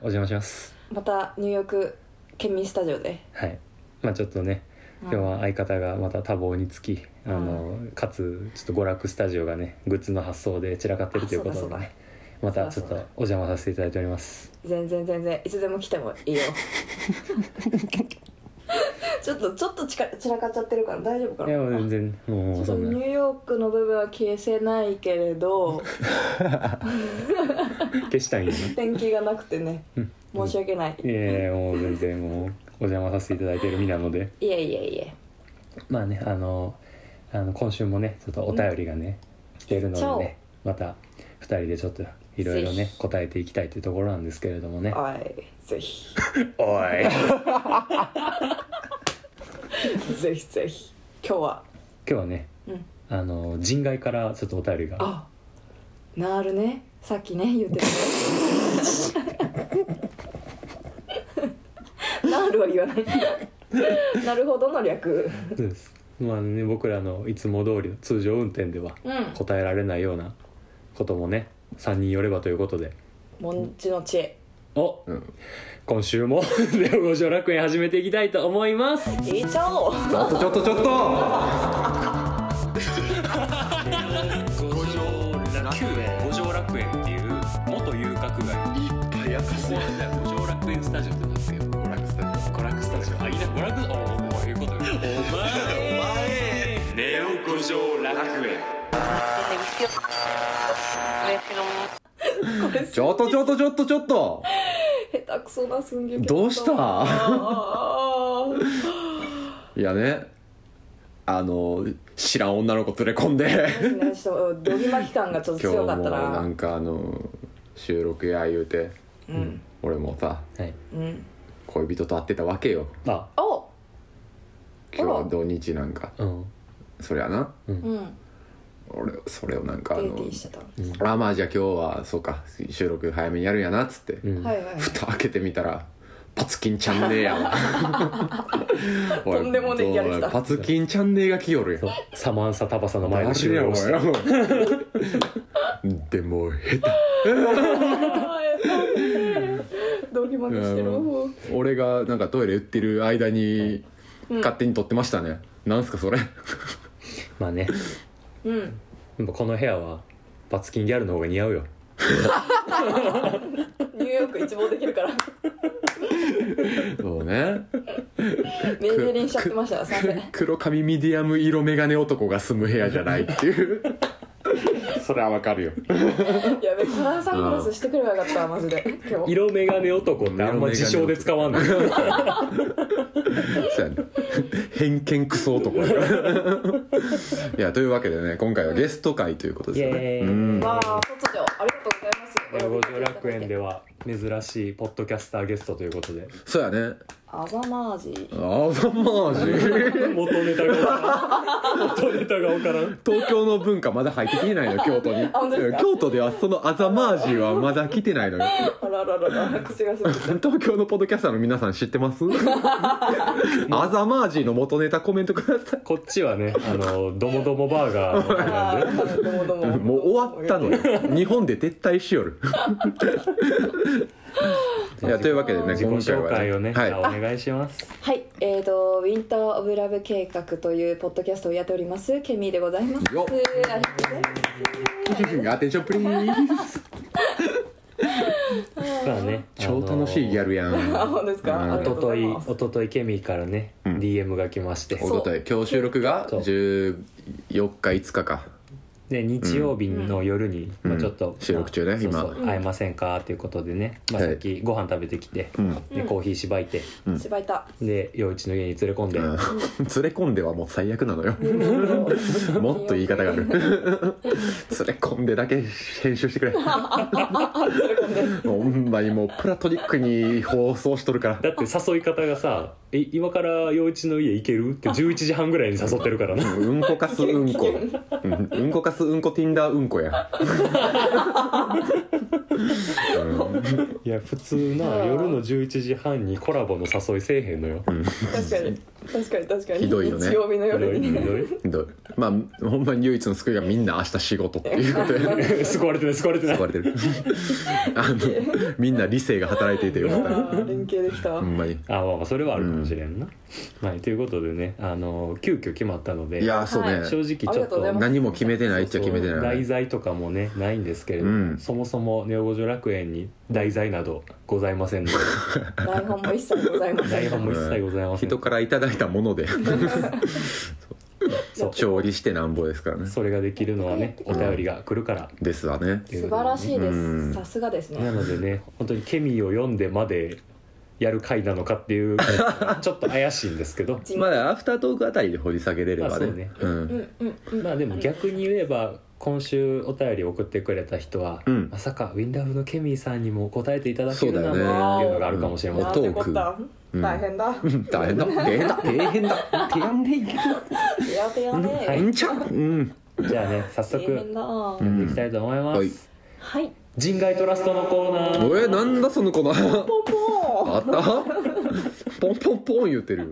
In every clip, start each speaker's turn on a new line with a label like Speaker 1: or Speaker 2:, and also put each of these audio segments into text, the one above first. Speaker 1: お邪魔します
Speaker 2: またニューヨーク県民スタジオで
Speaker 1: はいまあちょっとね今日は相方がまた多忙につき、あのかつちょっと娯楽スタジオがねグッズの発送で散らかってるということ
Speaker 2: あそう
Speaker 1: で
Speaker 2: だそう
Speaker 1: ねまたちょっと
Speaker 2: そう
Speaker 1: お
Speaker 2: だそうだ
Speaker 1: 邪魔させていただいております
Speaker 2: 全然全然いつでも来てもい いよちょっとちょっとちか散らかっちゃってるから大丈夫か
Speaker 1: い
Speaker 2: な
Speaker 1: やもう全然も
Speaker 2: ちょ
Speaker 1: う
Speaker 2: っ
Speaker 1: そ
Speaker 2: と
Speaker 1: ん
Speaker 2: ニュ
Speaker 1: な
Speaker 2: ーヨークの部分は消せないけれ ど
Speaker 1: 消したいんやな
Speaker 2: 天気がなくてね
Speaker 1: うん
Speaker 2: 申し訳ない、
Speaker 1: いやいやもう全然もうお邪魔させていただいてる身なので
Speaker 2: いえいえいえ
Speaker 1: まあねあのあの今週もねちょっとお便りがね、来てるのでねまた2人でちょっといろいろ
Speaker 2: ぜ
Speaker 1: ね
Speaker 2: ひ
Speaker 1: 答えていきたいというところなんですけれどもね
Speaker 2: はいぜひ
Speaker 1: おい 今
Speaker 2: ぜひぜひ今日は
Speaker 1: 日はね
Speaker 2: うん
Speaker 1: あの人外からちょっとお便りが
Speaker 2: あなるねさっきね言ってたなるは言わないなるほどの略
Speaker 1: そうですまあね僕らのいつも通りの通常運転では
Speaker 2: うん
Speaker 1: 答えられないようなこともね3人よればということで
Speaker 2: もんちの知恵
Speaker 1: お、今週も 「ネオ五条楽園」始めていきたいと思います
Speaker 2: 言いちゃおう
Speaker 1: ちょっとちょっとちょっと五条楽園五条楽園っていう元遊郭街
Speaker 3: 早くす
Speaker 1: 五条楽園スタジオってなんですよ
Speaker 3: 娯楽スタジ
Speaker 1: 娯楽スタジオあいいな娯楽おおこういうことお前ネオ五条楽園
Speaker 4: Respiramos.
Speaker 3: オちょっとちょっとちょっとちょっと
Speaker 2: 下手くそな寸劇
Speaker 3: どうした
Speaker 2: あー
Speaker 3: いやねあの知らん女の子連れ込んで
Speaker 2: ねちょっとどぎまき感がちょっと
Speaker 3: 今日
Speaker 2: 強か
Speaker 3: も
Speaker 2: ったな
Speaker 3: なんかあの収録や言うて
Speaker 2: うん
Speaker 3: 俺もさ
Speaker 1: はい
Speaker 2: うん
Speaker 3: 恋人と会ってたわけよ
Speaker 1: あ
Speaker 2: お
Speaker 3: 今日は土日なんか
Speaker 1: うん
Speaker 3: そりゃな
Speaker 2: うん
Speaker 3: 俺それをなんかあ
Speaker 2: デ
Speaker 3: の
Speaker 2: ーティーしてた、
Speaker 3: あまあじゃあ今日はそうか収録早めにやるんやなっつって、
Speaker 1: うん
Speaker 2: はいはい
Speaker 3: 蓋開けてみたらパツキンチャンネルやわ
Speaker 2: とんでもねえギャル来た
Speaker 3: おいパツキンチャンネルが来よるやん
Speaker 1: そうサマンサタバサの前
Speaker 3: 前
Speaker 1: で
Speaker 3: の
Speaker 1: 収
Speaker 3: 収
Speaker 1: 録
Speaker 3: 録
Speaker 1: し
Speaker 3: してて でも下
Speaker 2: ドギマキしてる
Speaker 3: 手俺がなんかトイレ行ってる間に
Speaker 2: ん
Speaker 3: 勝手に撮ってましたね、なんすかそれ
Speaker 1: まあね
Speaker 2: うん
Speaker 1: やっぱこの部屋はバツキンギャルの方が似合うよ
Speaker 2: ニューヨーク一望できるから
Speaker 3: そうね
Speaker 2: メージリンしちゃってましたすいません
Speaker 3: 黒髪ミディアム色眼鏡男が住む部屋じゃないっていうそれはわかるよ
Speaker 2: やべカラーサングラスしてくればよかったわマジで今日
Speaker 1: 色眼鏡男ってあんま自称で使わんの
Speaker 3: そうやね偏見クソ男いやというわけでね今回はゲスト会ということですよ
Speaker 1: イエ
Speaker 3: ね
Speaker 1: ーイ
Speaker 3: うん
Speaker 2: わあ突如ありがとうございますお呼
Speaker 1: 五
Speaker 2: びい
Speaker 1: 条
Speaker 2: ただいて
Speaker 1: 楽園では珍しいポッドキャスターゲストということ で
Speaker 3: そうやね
Speaker 2: アザマージ
Speaker 3: あーマージ
Speaker 1: 元ネタが分からん元ネタが分からん
Speaker 3: 東京の文化まだ入ってきてないの京都に
Speaker 2: 本当ですか
Speaker 3: 京都ではそのあざマージはまだ来てないのよ
Speaker 2: あらららら口がする
Speaker 3: 東京のポッドキャスターの皆さん知ってますあざマージの元ネタコメントくださ
Speaker 1: こっちはねあのどもどもバーガーの方なんで
Speaker 2: あーどうもどうも
Speaker 3: いもう終わったのよ日本で撤退しよるいやというわけでね
Speaker 1: 自己
Speaker 3: 今回
Speaker 1: 紹
Speaker 3: は
Speaker 1: 介をね、
Speaker 3: は
Speaker 1: じゃ
Speaker 3: い
Speaker 1: あお願いします
Speaker 2: はいえーと「ウィンター・オブ・ラブ計画」というポッドキャストをやっておりますケミーでございます
Speaker 3: よっ
Speaker 2: ありがとうございます
Speaker 3: アテンションプリーズ
Speaker 1: まあね
Speaker 3: 超楽しいギャ
Speaker 1: ル
Speaker 3: ルや
Speaker 2: あ
Speaker 3: ん
Speaker 2: 本当です
Speaker 3: うん
Speaker 2: かありが
Speaker 1: お
Speaker 2: とう
Speaker 1: と
Speaker 2: ご
Speaker 1: と
Speaker 2: ざい
Speaker 1: い
Speaker 2: ます
Speaker 1: おとといケミーからね、DM が来まして
Speaker 3: おととい今日収録が
Speaker 1: そう
Speaker 3: 14日5日か
Speaker 1: で日曜日の夜に、
Speaker 3: うん
Speaker 1: まあ、ちょっと、
Speaker 3: 収録中ね
Speaker 1: まあそうそう
Speaker 3: 今
Speaker 1: 会えませんかということでね、まあ、
Speaker 3: はい
Speaker 1: さっきご飯食べてきて、
Speaker 3: うん
Speaker 1: でコーヒーしばいて
Speaker 3: うん
Speaker 2: 芝居た
Speaker 1: で陽一の家に連れ込んで、
Speaker 3: うん、連れ込んではもう最悪なのよ もっと言い方が ある連れ込んでだけ編集して くれほんまにもうプラトニックに放送しとるから
Speaker 1: だって誘い方がさ「え今から陽一の家行ける?」って11時半ぐらいに誘ってるからな
Speaker 3: うんこかすうんこ、うん、うんこかすツうんこ Tinder うんこや、うん
Speaker 1: いや普通な
Speaker 2: あー
Speaker 1: 夜の11時半にコラボの誘いせえへんのよ
Speaker 3: うん
Speaker 2: 確かに確かに確かに
Speaker 3: ひどいよね
Speaker 2: 日曜日の夜に
Speaker 1: ひど
Speaker 2: ね
Speaker 1: い
Speaker 3: ひどいまあほんまに唯一の救いがみんな明日仕事っていうことで
Speaker 1: ひど い救われてない救われてない
Speaker 3: 救われてる あのみんな理性が働いていてよ
Speaker 2: あ
Speaker 3: かった
Speaker 2: ー 連携できた、
Speaker 3: ほんまに
Speaker 1: あまあまあそれはあるかもしれんな、はいということでねあの急遽決まったので
Speaker 3: いやーそうね、
Speaker 2: は
Speaker 1: 正直ち
Speaker 2: あり
Speaker 1: ょっ
Speaker 2: がとう
Speaker 1: と
Speaker 2: ございます
Speaker 3: 何も決めてないっちゃ決めて
Speaker 1: そうそう
Speaker 3: ない
Speaker 1: 題材とかもねないんですけれども、
Speaker 3: うん
Speaker 1: そもそもネオ五条楽園に題材などございませんので
Speaker 2: 台本も一切ございませ
Speaker 1: 台
Speaker 2: ん
Speaker 1: 本も一切ございません
Speaker 3: 人からいただいた もので
Speaker 1: そう
Speaker 3: 調理してなんぼですからね
Speaker 1: それができるのはねお便りが来るから、
Speaker 3: ですわね
Speaker 2: 素晴らしいで
Speaker 3: う
Speaker 2: す
Speaker 3: ん
Speaker 2: さすがです
Speaker 1: な
Speaker 2: ね
Speaker 1: のでね本当にケミーを読んでまでやる回なのかって いうちょっと怪しいんですけど
Speaker 2: 人
Speaker 3: まだアフタートークあたりで掘り下げれれ
Speaker 1: まあ
Speaker 3: ばね,、
Speaker 1: そうね
Speaker 3: ん
Speaker 2: うんうんうん
Speaker 1: まあでも逆に言えば今週お便り送ってくれた人は、
Speaker 3: うん
Speaker 1: まさかウィンダフのケミーさんにも答えていただけるなんて
Speaker 3: そ
Speaker 1: いうう
Speaker 3: だよ
Speaker 2: ね
Speaker 1: のがあるかもしれません
Speaker 2: な
Speaker 3: お
Speaker 2: ん
Speaker 3: ト
Speaker 2: て
Speaker 3: ー
Speaker 2: こっ
Speaker 3: ク
Speaker 2: た
Speaker 3: うん
Speaker 2: 大変だ
Speaker 3: 大変だ大変だ大変だ手やんでいけ
Speaker 2: 手当てや
Speaker 1: は
Speaker 2: ね
Speaker 1: い
Speaker 3: んちゃうん
Speaker 1: じゃあね早
Speaker 2: 大
Speaker 1: 速
Speaker 2: 変だ
Speaker 3: う
Speaker 1: や
Speaker 3: ん
Speaker 1: っていきたいと思います、
Speaker 3: はい
Speaker 2: はい
Speaker 1: 人外トラストのコーナ
Speaker 3: え
Speaker 1: ー
Speaker 3: なんだその子の
Speaker 2: ポンポン
Speaker 3: あったポンポンポン言ってるよ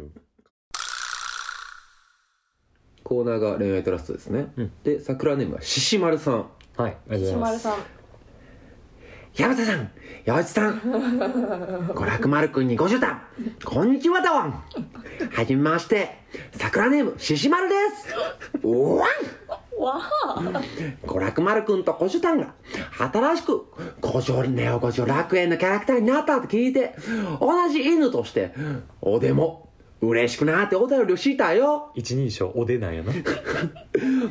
Speaker 3: コーナーが恋愛トラストですね、
Speaker 1: うん
Speaker 3: で桜ネームはししまるさん
Speaker 1: はいありがとうござ
Speaker 2: 石
Speaker 1: いま
Speaker 2: 丸
Speaker 1: す
Speaker 2: さん
Speaker 3: 山田さん山内さん五楽丸くんにご主談こんにちはだわんはじめまして桜ネームししまるですおわん
Speaker 2: わ
Speaker 3: 五楽丸くんとご主談が新しく五条ネオ五条楽園のキャラクターになったと聞いて同じ犬としておでも嬉しくなってお便りをしたよ
Speaker 1: 一人称おでなんやな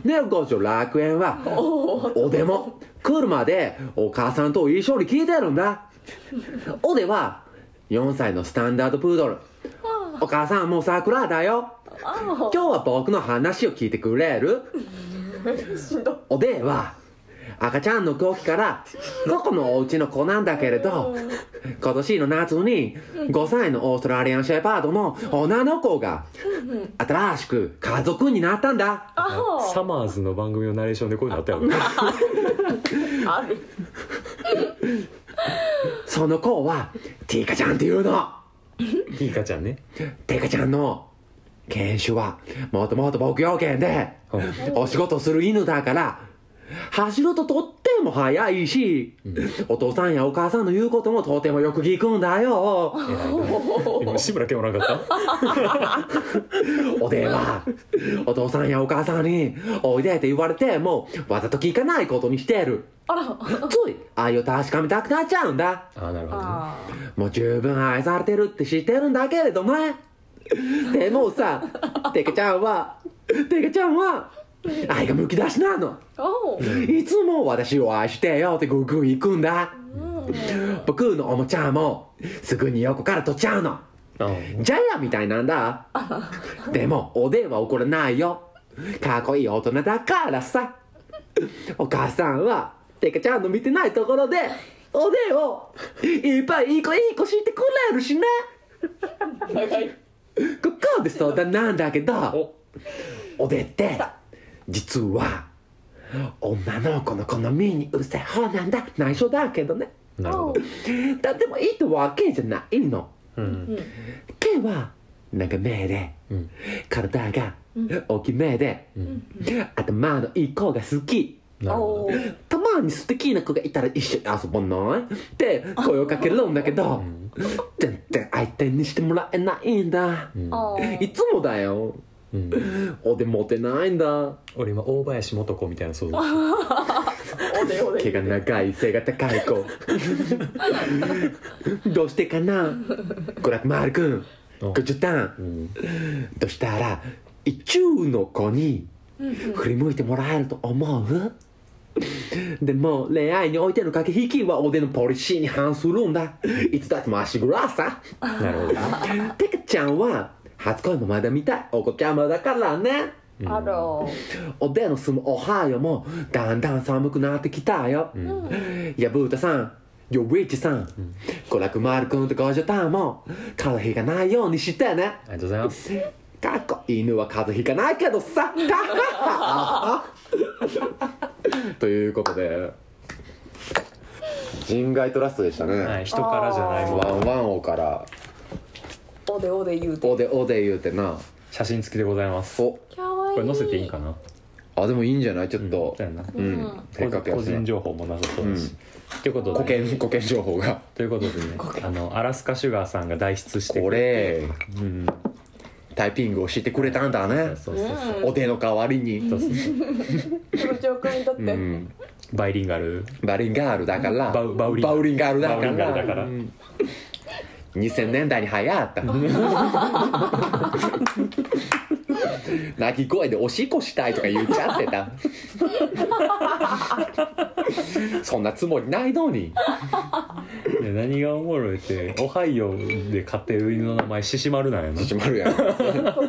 Speaker 3: ネオ五条楽園はおでも来るまでお母さんと一緒に聞いてるんだおでは4歳のスタンダードプードルお母さんもう桜だよ今日は僕の話を聞いてくれるおでは赤ちゃんの後期からどこのお家の子なんだけれど今年の夏に5歳のオーストラリアンシェパードの女の子が新しく家族になったんだ
Speaker 2: あー
Speaker 1: サマーズの番組のナレーションでこういうのあったよね
Speaker 2: ある
Speaker 3: その子はティーカちゃんっていうの
Speaker 1: ティーカちゃんね
Speaker 3: テカちゃんの犬種はもともと牧羊犬で
Speaker 1: うん
Speaker 3: お仕事する犬だから走るととっても速いし、お父さんやお母さんの言うこともとてもよく聞くんだよ
Speaker 1: 今志村けんおらんかった
Speaker 3: おでんはお父さんやお母さんに「おいで」って言われてもわざと聞かないことにしてる
Speaker 2: あら
Speaker 3: つい愛を確かめたくなっちゃうんだ
Speaker 1: あーなるほどね
Speaker 2: あー
Speaker 3: もう十分愛されてるって知ってるんだけれどねでもさテケちゃんはテケちゃんは愛がむき出しなの
Speaker 2: おう
Speaker 3: いつも私を愛してよってグーグー行くんだ僕のおもちゃもすぐに横から取っちゃうの
Speaker 1: あー
Speaker 3: ジャイアンみたいなんだでもおでんは怒らないよかっこいい大人だからさお母さんはテケちゃんの見てないところでおでんをいっぱいいい子いい子してくれるしね
Speaker 2: 長い
Speaker 3: ここで相談なんだけど
Speaker 1: お
Speaker 3: おでんって実は女の子の好みにうるさい方なんだ内緒だけどね
Speaker 1: なるほ
Speaker 2: おう
Speaker 1: ど
Speaker 3: だってもいいってわけじゃないの
Speaker 1: うん
Speaker 3: 毛は長めで
Speaker 1: うん
Speaker 3: 体が大きめで、
Speaker 1: うん
Speaker 3: 頭のいい子が好き
Speaker 1: なるほ
Speaker 2: おう
Speaker 3: たまに素敵な子がいたら一緒に遊ばないって声をかけるんだけ
Speaker 1: ど
Speaker 3: ど
Speaker 1: うん
Speaker 3: 全然相手にしてもらえないんだ
Speaker 1: うん
Speaker 2: あー
Speaker 3: いつもだよ
Speaker 1: うん
Speaker 3: おでモテないんだ
Speaker 1: 俺今大林素子みたいな 想像
Speaker 2: おでおで
Speaker 3: 毛が長い背が高い子どうしてかな娯楽丸くん
Speaker 1: うん
Speaker 3: 50段
Speaker 1: うん
Speaker 3: としたら一中の子に振り向いてもらえると思うでも恋愛においての駆け引きはおでんのポリシーに反するんだいつだっても足ぐらさ
Speaker 1: なるほどね
Speaker 3: てかちゃんは初恋もまだ見たいお子ちゃまだからね
Speaker 2: あら
Speaker 3: おでんの住むオハイオもだんだん寒くなってきたよ、やぶーたさんよウィッチさん娯楽丸くんと五条タンも風邪ひかないようにしてね
Speaker 1: ありがとうございます
Speaker 3: かっこ犬は風邪ひかないけどさ ということで人外トラストでしたね、
Speaker 1: はい、人からじゃないも
Speaker 3: ワン
Speaker 1: ん
Speaker 3: ワンオから
Speaker 2: おでおで言う
Speaker 3: お
Speaker 2: て
Speaker 3: でおで言うてな
Speaker 1: 写真付きでございます
Speaker 3: お
Speaker 2: かわいい
Speaker 1: これ載せていいかな
Speaker 3: あでもいいんじゃないちょっと
Speaker 1: だよな
Speaker 3: うん、
Speaker 2: うん
Speaker 3: せっかくや
Speaker 1: 個
Speaker 3: し
Speaker 1: 人
Speaker 3: な
Speaker 1: 情報もなさそうだし、ということ
Speaker 3: 保
Speaker 1: で
Speaker 3: 険保険情報が
Speaker 1: ということでねあのアラスカシュガーさんが代筆して
Speaker 3: こ
Speaker 1: くれ
Speaker 3: れ
Speaker 1: うん
Speaker 3: タイピングを教えてくれたんだね
Speaker 1: そうそうそううん
Speaker 3: おでの代わりに
Speaker 1: そうそうそう
Speaker 2: 部長君にとって、
Speaker 3: うん
Speaker 1: バイリンガル
Speaker 3: バリンガールだから
Speaker 1: バウバウリン
Speaker 3: バウリンガールだか
Speaker 1: バウリンガ
Speaker 3: ら
Speaker 1: ールだから
Speaker 3: うん2000年代に流行 った泣き声でおしっこしたいとか言っちゃってた そんなつもりないのに
Speaker 1: で何がおもろいってオハイオで買ってる犬の名前シシマルなんやな
Speaker 3: 始まるやん、
Speaker 2: かっ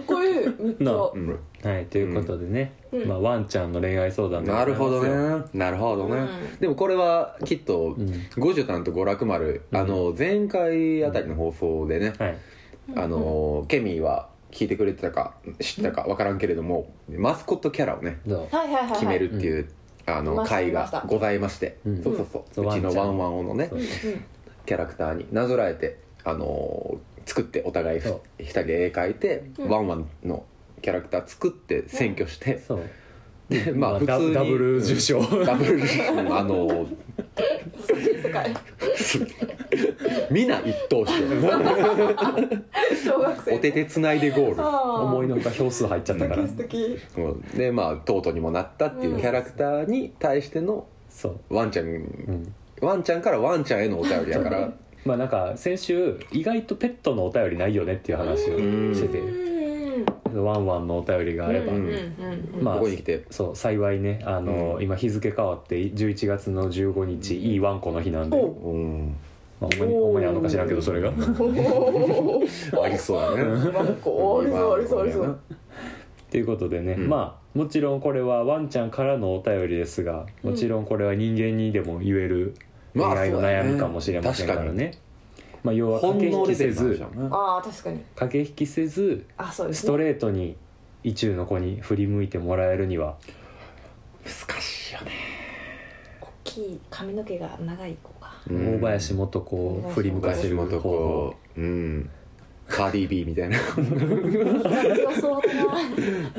Speaker 2: こいいめっちゃ
Speaker 1: な
Speaker 2: う
Speaker 3: うん
Speaker 1: はいということでね、まあ、ワンちゃんの恋愛相談でござ
Speaker 3: ない
Speaker 1: ま
Speaker 3: る
Speaker 1: すよ
Speaker 3: ほどねなるほどね、
Speaker 2: う
Speaker 3: でもこれはきっと
Speaker 1: ん
Speaker 3: 五十んと五楽丸、あの前回あたりの放送でね、
Speaker 1: はい
Speaker 3: あのケミーは聞いてくれてたか知ってたか分からんけれどもマスコットキャラをね
Speaker 1: ど
Speaker 2: はいはいはい、はい、
Speaker 3: 決めるっていう、あの
Speaker 2: ました
Speaker 3: 回
Speaker 2: いました
Speaker 3: がございまして、
Speaker 1: うん
Speaker 3: そうそうそう、
Speaker 1: うん
Speaker 3: うちの
Speaker 1: そう
Speaker 3: ワ
Speaker 1: ワ
Speaker 3: ン
Speaker 1: ン
Speaker 3: ワンオのね
Speaker 1: そう
Speaker 3: キャラクターになぞらえてあの作ってお互い
Speaker 1: そう
Speaker 3: 二人で絵描いて、
Speaker 2: うん
Speaker 3: ワンワンのキャラクター作って選挙して、
Speaker 1: そう
Speaker 3: でまあ普
Speaker 1: ダ
Speaker 3: 通に
Speaker 1: ダブル受賞
Speaker 3: うんダブル受賞あの
Speaker 2: 世界
Speaker 3: 皆一等賞
Speaker 2: 小学生
Speaker 3: お手手つないでゴー
Speaker 1: 思
Speaker 2: 思
Speaker 1: いのほか票数入っちゃったから
Speaker 2: 素敵素
Speaker 3: ルうんでまあトートにもなったっていうキャラクターに対しての
Speaker 1: そう、
Speaker 3: ワンちゃん、
Speaker 1: うん、
Speaker 3: ワンちゃんからワンちゃんへのお便りだから
Speaker 1: まあなんか先週意外とペットのお便りないよねっていう話を
Speaker 3: うん
Speaker 1: して
Speaker 2: 敵う
Speaker 1: て
Speaker 2: ん
Speaker 1: ワンワンのお便りがあれば、
Speaker 2: うんうんうん
Speaker 1: まあ
Speaker 3: ここに来て
Speaker 1: そう幸いねあの、
Speaker 3: うん
Speaker 1: 今日付変わって11月の15日、いいワンコの日なんで、
Speaker 2: お
Speaker 3: うん
Speaker 1: まあ、主に主にあるのか知らんけどそれが っ
Speaker 2: お
Speaker 3: ありそうだね
Speaker 2: ーなんかありそうありそうありそう
Speaker 1: ていうことでね、
Speaker 3: うん
Speaker 1: まあもちろんこれはワンちゃんからのお便りですがもちろんこれは人間にでも言える恋
Speaker 3: まあ
Speaker 1: 愛の
Speaker 3: そうだね
Speaker 1: 悩みかもしれませんから
Speaker 3: 確か
Speaker 1: ね、まあ、要は駆
Speaker 3: 本
Speaker 1: け引き
Speaker 3: 能で
Speaker 1: せず
Speaker 2: ああ確かに
Speaker 1: 駆け引きせず
Speaker 2: あそうです
Speaker 1: ス
Speaker 2: ね
Speaker 1: トレートに意中の子に振り向いてもらえるには
Speaker 3: 難しいよね
Speaker 2: 大きい髪の毛が長い子が
Speaker 1: 大林素子を振り向かせ
Speaker 3: 昔
Speaker 1: る
Speaker 3: の
Speaker 1: 方
Speaker 3: と
Speaker 1: 法
Speaker 3: こうんカーディー・ビーみたいな
Speaker 2: 強そうだな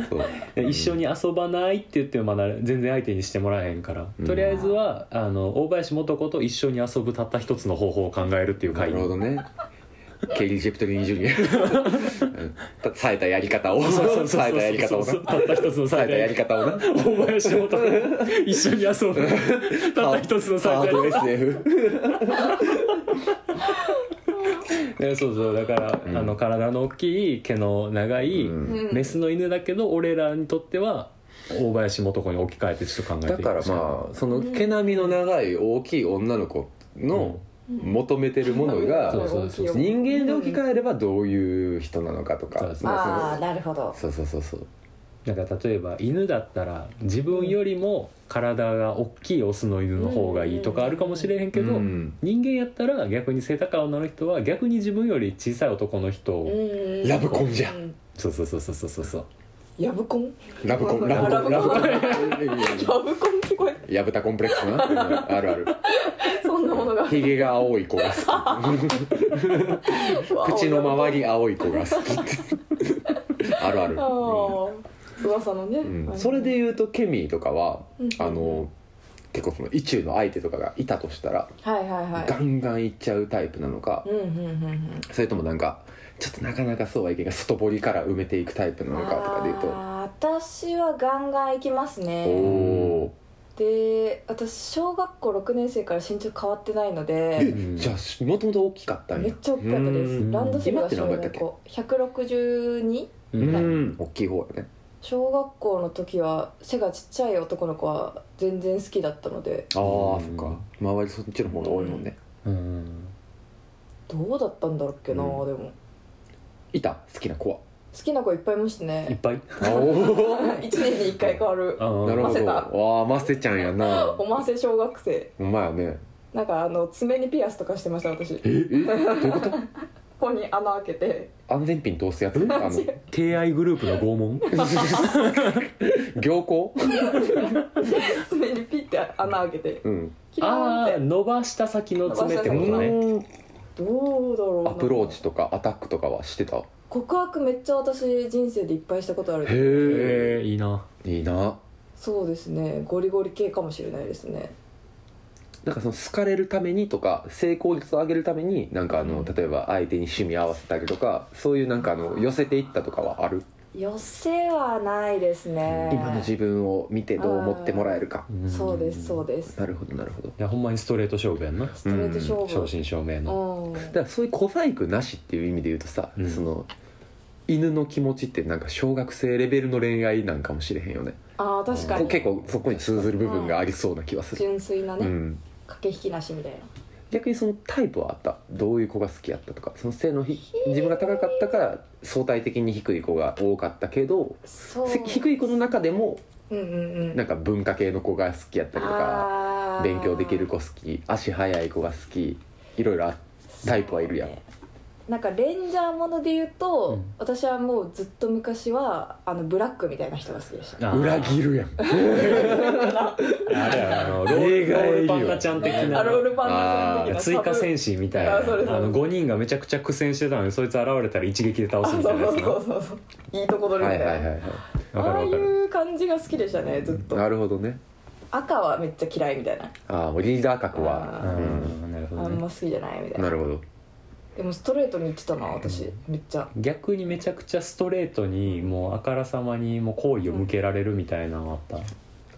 Speaker 3: そう
Speaker 1: で一緒に遊ばないって言ってもまだ全然相手にしてもらえへんから、
Speaker 3: うん
Speaker 1: とりあえずはあの大林素子と一緒に遊ぶたった一つの方法を考えるっていう
Speaker 3: な
Speaker 1: 回
Speaker 3: るほどねケリー・ジェプトリー・ジュニアうん冴えたやり方を冴えたやり方をな
Speaker 1: たった一つの
Speaker 3: 冴
Speaker 1: 最
Speaker 3: えたやり
Speaker 1: 大
Speaker 3: 方をな
Speaker 1: 大林素子と一緒に 遊ぶたった一つの
Speaker 3: ハ
Speaker 1: 最
Speaker 3: ー
Speaker 1: 大
Speaker 3: ド SF
Speaker 1: えそうそうだから、
Speaker 3: うん
Speaker 1: あの体の大きい毛の長い、
Speaker 3: うん
Speaker 2: うん
Speaker 1: メスの犬だけど俺らにとっては大林素子に置き換えてちょっと考えて
Speaker 3: だからまあその毛並みの長い大きい女の子の求めてるものが
Speaker 1: そうそうそう
Speaker 3: 人間で置き換えればどういう人なのかと
Speaker 1: そ
Speaker 3: か
Speaker 1: うそう
Speaker 2: ああなるほど
Speaker 3: そうそうそうそう
Speaker 1: なんか例えば犬だったら自分よりも体が大きいオスの犬の方がいいとかあるかもしれへんけど、
Speaker 3: うん
Speaker 1: 人間やったら逆に背高い女の人は逆に自分より小さい男の人を、
Speaker 2: うん
Speaker 3: ラブコンじゃん
Speaker 2: うん
Speaker 1: そうそうそうそうそうそうそう
Speaker 2: ヤブコン
Speaker 3: ラブコン
Speaker 2: ラブコン
Speaker 3: ラブコン
Speaker 2: ラヤブコンってこれ
Speaker 3: やぶたコンプレックスなうんあるあ る
Speaker 2: そんなものが
Speaker 3: ひげが青い子が好き口の周り青い子が好き ってあるある
Speaker 2: ああ噂のね、
Speaker 3: うんそれで言うとケミーとかは
Speaker 2: うん
Speaker 3: あの結構その意中の相手とかがいたとしたら
Speaker 2: はいはいはい
Speaker 3: ガンガンいっちゃうタイプなのか
Speaker 2: うんうんうんうん
Speaker 3: それともなんかちょっとなかなかそうはいけない外堀から埋めていくタイプなのかとかでいうと
Speaker 2: あー私はガンガン行きます
Speaker 3: お
Speaker 2: ね
Speaker 3: お
Speaker 2: で私小学校6年生から身長変わってないの
Speaker 3: ー
Speaker 2: で
Speaker 1: うん
Speaker 3: えじゃあもともと大きかったんや
Speaker 2: めっちゃ大きかったで
Speaker 1: う
Speaker 2: す
Speaker 1: ん
Speaker 2: ランドセルが小
Speaker 3: 今って
Speaker 2: 学
Speaker 3: 何倍
Speaker 2: 校162
Speaker 1: う
Speaker 3: うん
Speaker 1: ん
Speaker 3: うん大きい方やね
Speaker 2: 小学校の時は背がちっちゃい男の子は全然好きだったので
Speaker 3: ああ
Speaker 1: うん
Speaker 3: そっか周りそっちの方が多いもんね
Speaker 1: うん
Speaker 2: どうだったんだろうっけな、
Speaker 3: うん
Speaker 2: でも
Speaker 3: いた好きな子は
Speaker 2: 好きな子いっぱいいました
Speaker 1: いっ
Speaker 2: ね
Speaker 1: ぱい
Speaker 3: お
Speaker 2: 1年 に1回変わる
Speaker 1: あー
Speaker 3: なるほ
Speaker 2: マセ
Speaker 3: ど
Speaker 2: タ
Speaker 3: わあマセちゃんや な
Speaker 2: おませ小学生
Speaker 3: お前やね
Speaker 2: なんかあの爪にピアスとかしてました私
Speaker 3: ええどういうこと
Speaker 2: こに穴開けて
Speaker 3: 安全ピン通すやつ あの
Speaker 1: 敬愛グループの拷問
Speaker 3: 行行
Speaker 2: 爪にピッて穴開けて
Speaker 3: うん
Speaker 2: キラ
Speaker 1: ああ
Speaker 2: ーンって
Speaker 1: 伸ばした先の爪ってこ
Speaker 2: う
Speaker 1: と
Speaker 2: ん
Speaker 1: ね
Speaker 3: うん
Speaker 2: どうだろうな
Speaker 3: アプローチとかアタックとかはしてたへ
Speaker 2: 告白めっちゃ私人生でいっぱいしたことある
Speaker 1: へ
Speaker 3: え
Speaker 1: えいいない
Speaker 3: いな
Speaker 2: そうですねゴリゴリ系かもしれないですね
Speaker 3: なんかその好かれるためにとか成功率を上げるためになんかあの、
Speaker 1: うん
Speaker 3: 例えば相手に趣味合わせたりとかそういうなんかあの寄せていったとかはある
Speaker 2: 寄せはないですね
Speaker 3: 今の自分を見てどう思ってもらえるか
Speaker 2: そうですそううです
Speaker 3: なるほどなるほど
Speaker 1: いやほんまにストレート勝負やんな
Speaker 2: ストレート勝
Speaker 1: 正
Speaker 2: 負
Speaker 1: 真正銘の
Speaker 2: うん
Speaker 3: だからそういう小細工なしっていう意味で言うとさ、
Speaker 1: うん
Speaker 3: その犬の気持ちってなんか小学生レベルの恋愛なんかもしれへんよね
Speaker 2: ああ確か
Speaker 3: こう
Speaker 2: に
Speaker 3: 結構そこに通ずる部分がありそうな気はする、
Speaker 2: 純粋な
Speaker 3: う
Speaker 2: ね、
Speaker 3: ん、
Speaker 2: 駆け引きなしみたいな
Speaker 3: 逆にそのタイプはあったどういう子が好きやったとかその背のひ自分が高かったから相対的に低い子が多かったけど
Speaker 2: そう
Speaker 3: せ低い子の中でも
Speaker 2: うんうんうん
Speaker 3: なんか文化系の子が好きやったりと
Speaker 2: あ
Speaker 3: か
Speaker 2: ー
Speaker 3: 勉強できる子好き足速い子が好きいろいろあっタイプはいるやん
Speaker 2: そうねなんかレンジャーもので言うと、
Speaker 1: うん
Speaker 2: 私はもうずっと昔はあのブラックみたいな人が好きでした
Speaker 1: あー
Speaker 3: 裏切るやん
Speaker 1: あれやあのロ
Speaker 3: 映
Speaker 1: ー
Speaker 3: 画
Speaker 1: ロ
Speaker 3: よ
Speaker 1: ールパンナちゃん的
Speaker 2: あ
Speaker 1: な
Speaker 2: ロールパンナさん的な
Speaker 1: 追加戦
Speaker 2: 士
Speaker 1: 士みたいなあ
Speaker 2: あそうですそうです
Speaker 1: の5人がめちゃくちゃ苦戦してたのにそいつ現れたら一撃で倒
Speaker 2: あ
Speaker 1: す
Speaker 2: そう
Speaker 1: み
Speaker 2: そ
Speaker 1: たいなや
Speaker 2: う
Speaker 1: つな
Speaker 2: そ
Speaker 1: わ
Speaker 2: うそうそういいとこ取り
Speaker 3: は
Speaker 2: み
Speaker 3: いは
Speaker 2: たい
Speaker 3: い
Speaker 2: な、
Speaker 3: はいはい
Speaker 1: か
Speaker 2: あ
Speaker 1: る
Speaker 2: あ
Speaker 1: わ
Speaker 2: い
Speaker 1: かる
Speaker 2: う感じが好きでしたねずっと
Speaker 3: なるほどね
Speaker 2: 赤はめっちゃ嫌いみたいな
Speaker 3: ああもうリーダー格は
Speaker 1: あーなるほ
Speaker 2: あ
Speaker 1: ど
Speaker 2: ん
Speaker 1: ね
Speaker 2: ま好きじゃないみたい
Speaker 3: な
Speaker 2: な
Speaker 3: るほど
Speaker 2: でもストレートに言ってたな私めっちゃ
Speaker 1: 逆にめちゃくちゃストレートにもうあからさまにもう好意を向けられるみたいなのあっ
Speaker 3: あ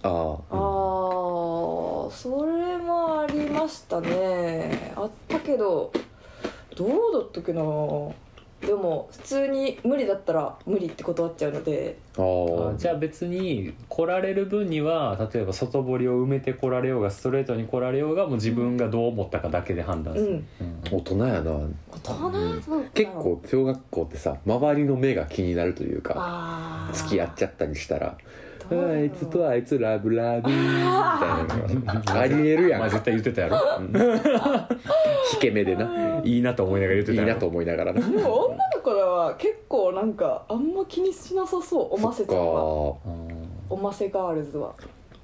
Speaker 2: ああーそれもありましたねあったけどどうだったっけなでも普通に無理だったら無理って断っちゃうので
Speaker 3: あ
Speaker 1: た、
Speaker 3: ああ
Speaker 1: あじゃあ別に来られる分には例えば外堀を埋めて来られようがストレートに来られようがもう自分がどう思ったかだけで判断する、
Speaker 2: うん
Speaker 1: うん
Speaker 3: 大人
Speaker 2: 大
Speaker 3: やな
Speaker 2: 人だったな
Speaker 3: 結構小学校ってさ周りの目が気になるというか
Speaker 2: あー
Speaker 3: 付き合っちゃったりしたら「
Speaker 2: どうだ
Speaker 3: あ
Speaker 2: ろう
Speaker 3: いつとあいつラブラ ブ」みたいなのがありえるや
Speaker 1: お
Speaker 3: ん
Speaker 1: 前絶対言ってたやろ
Speaker 3: 引け目でない
Speaker 1: いなと思いながら言って
Speaker 3: いい
Speaker 1: たや
Speaker 3: なと
Speaker 1: ろ
Speaker 3: 思いながらな
Speaker 2: でも女の子らは結構なんかあんま気にしなさそうおませちゃんは
Speaker 3: そ
Speaker 1: うん
Speaker 2: おませガールズは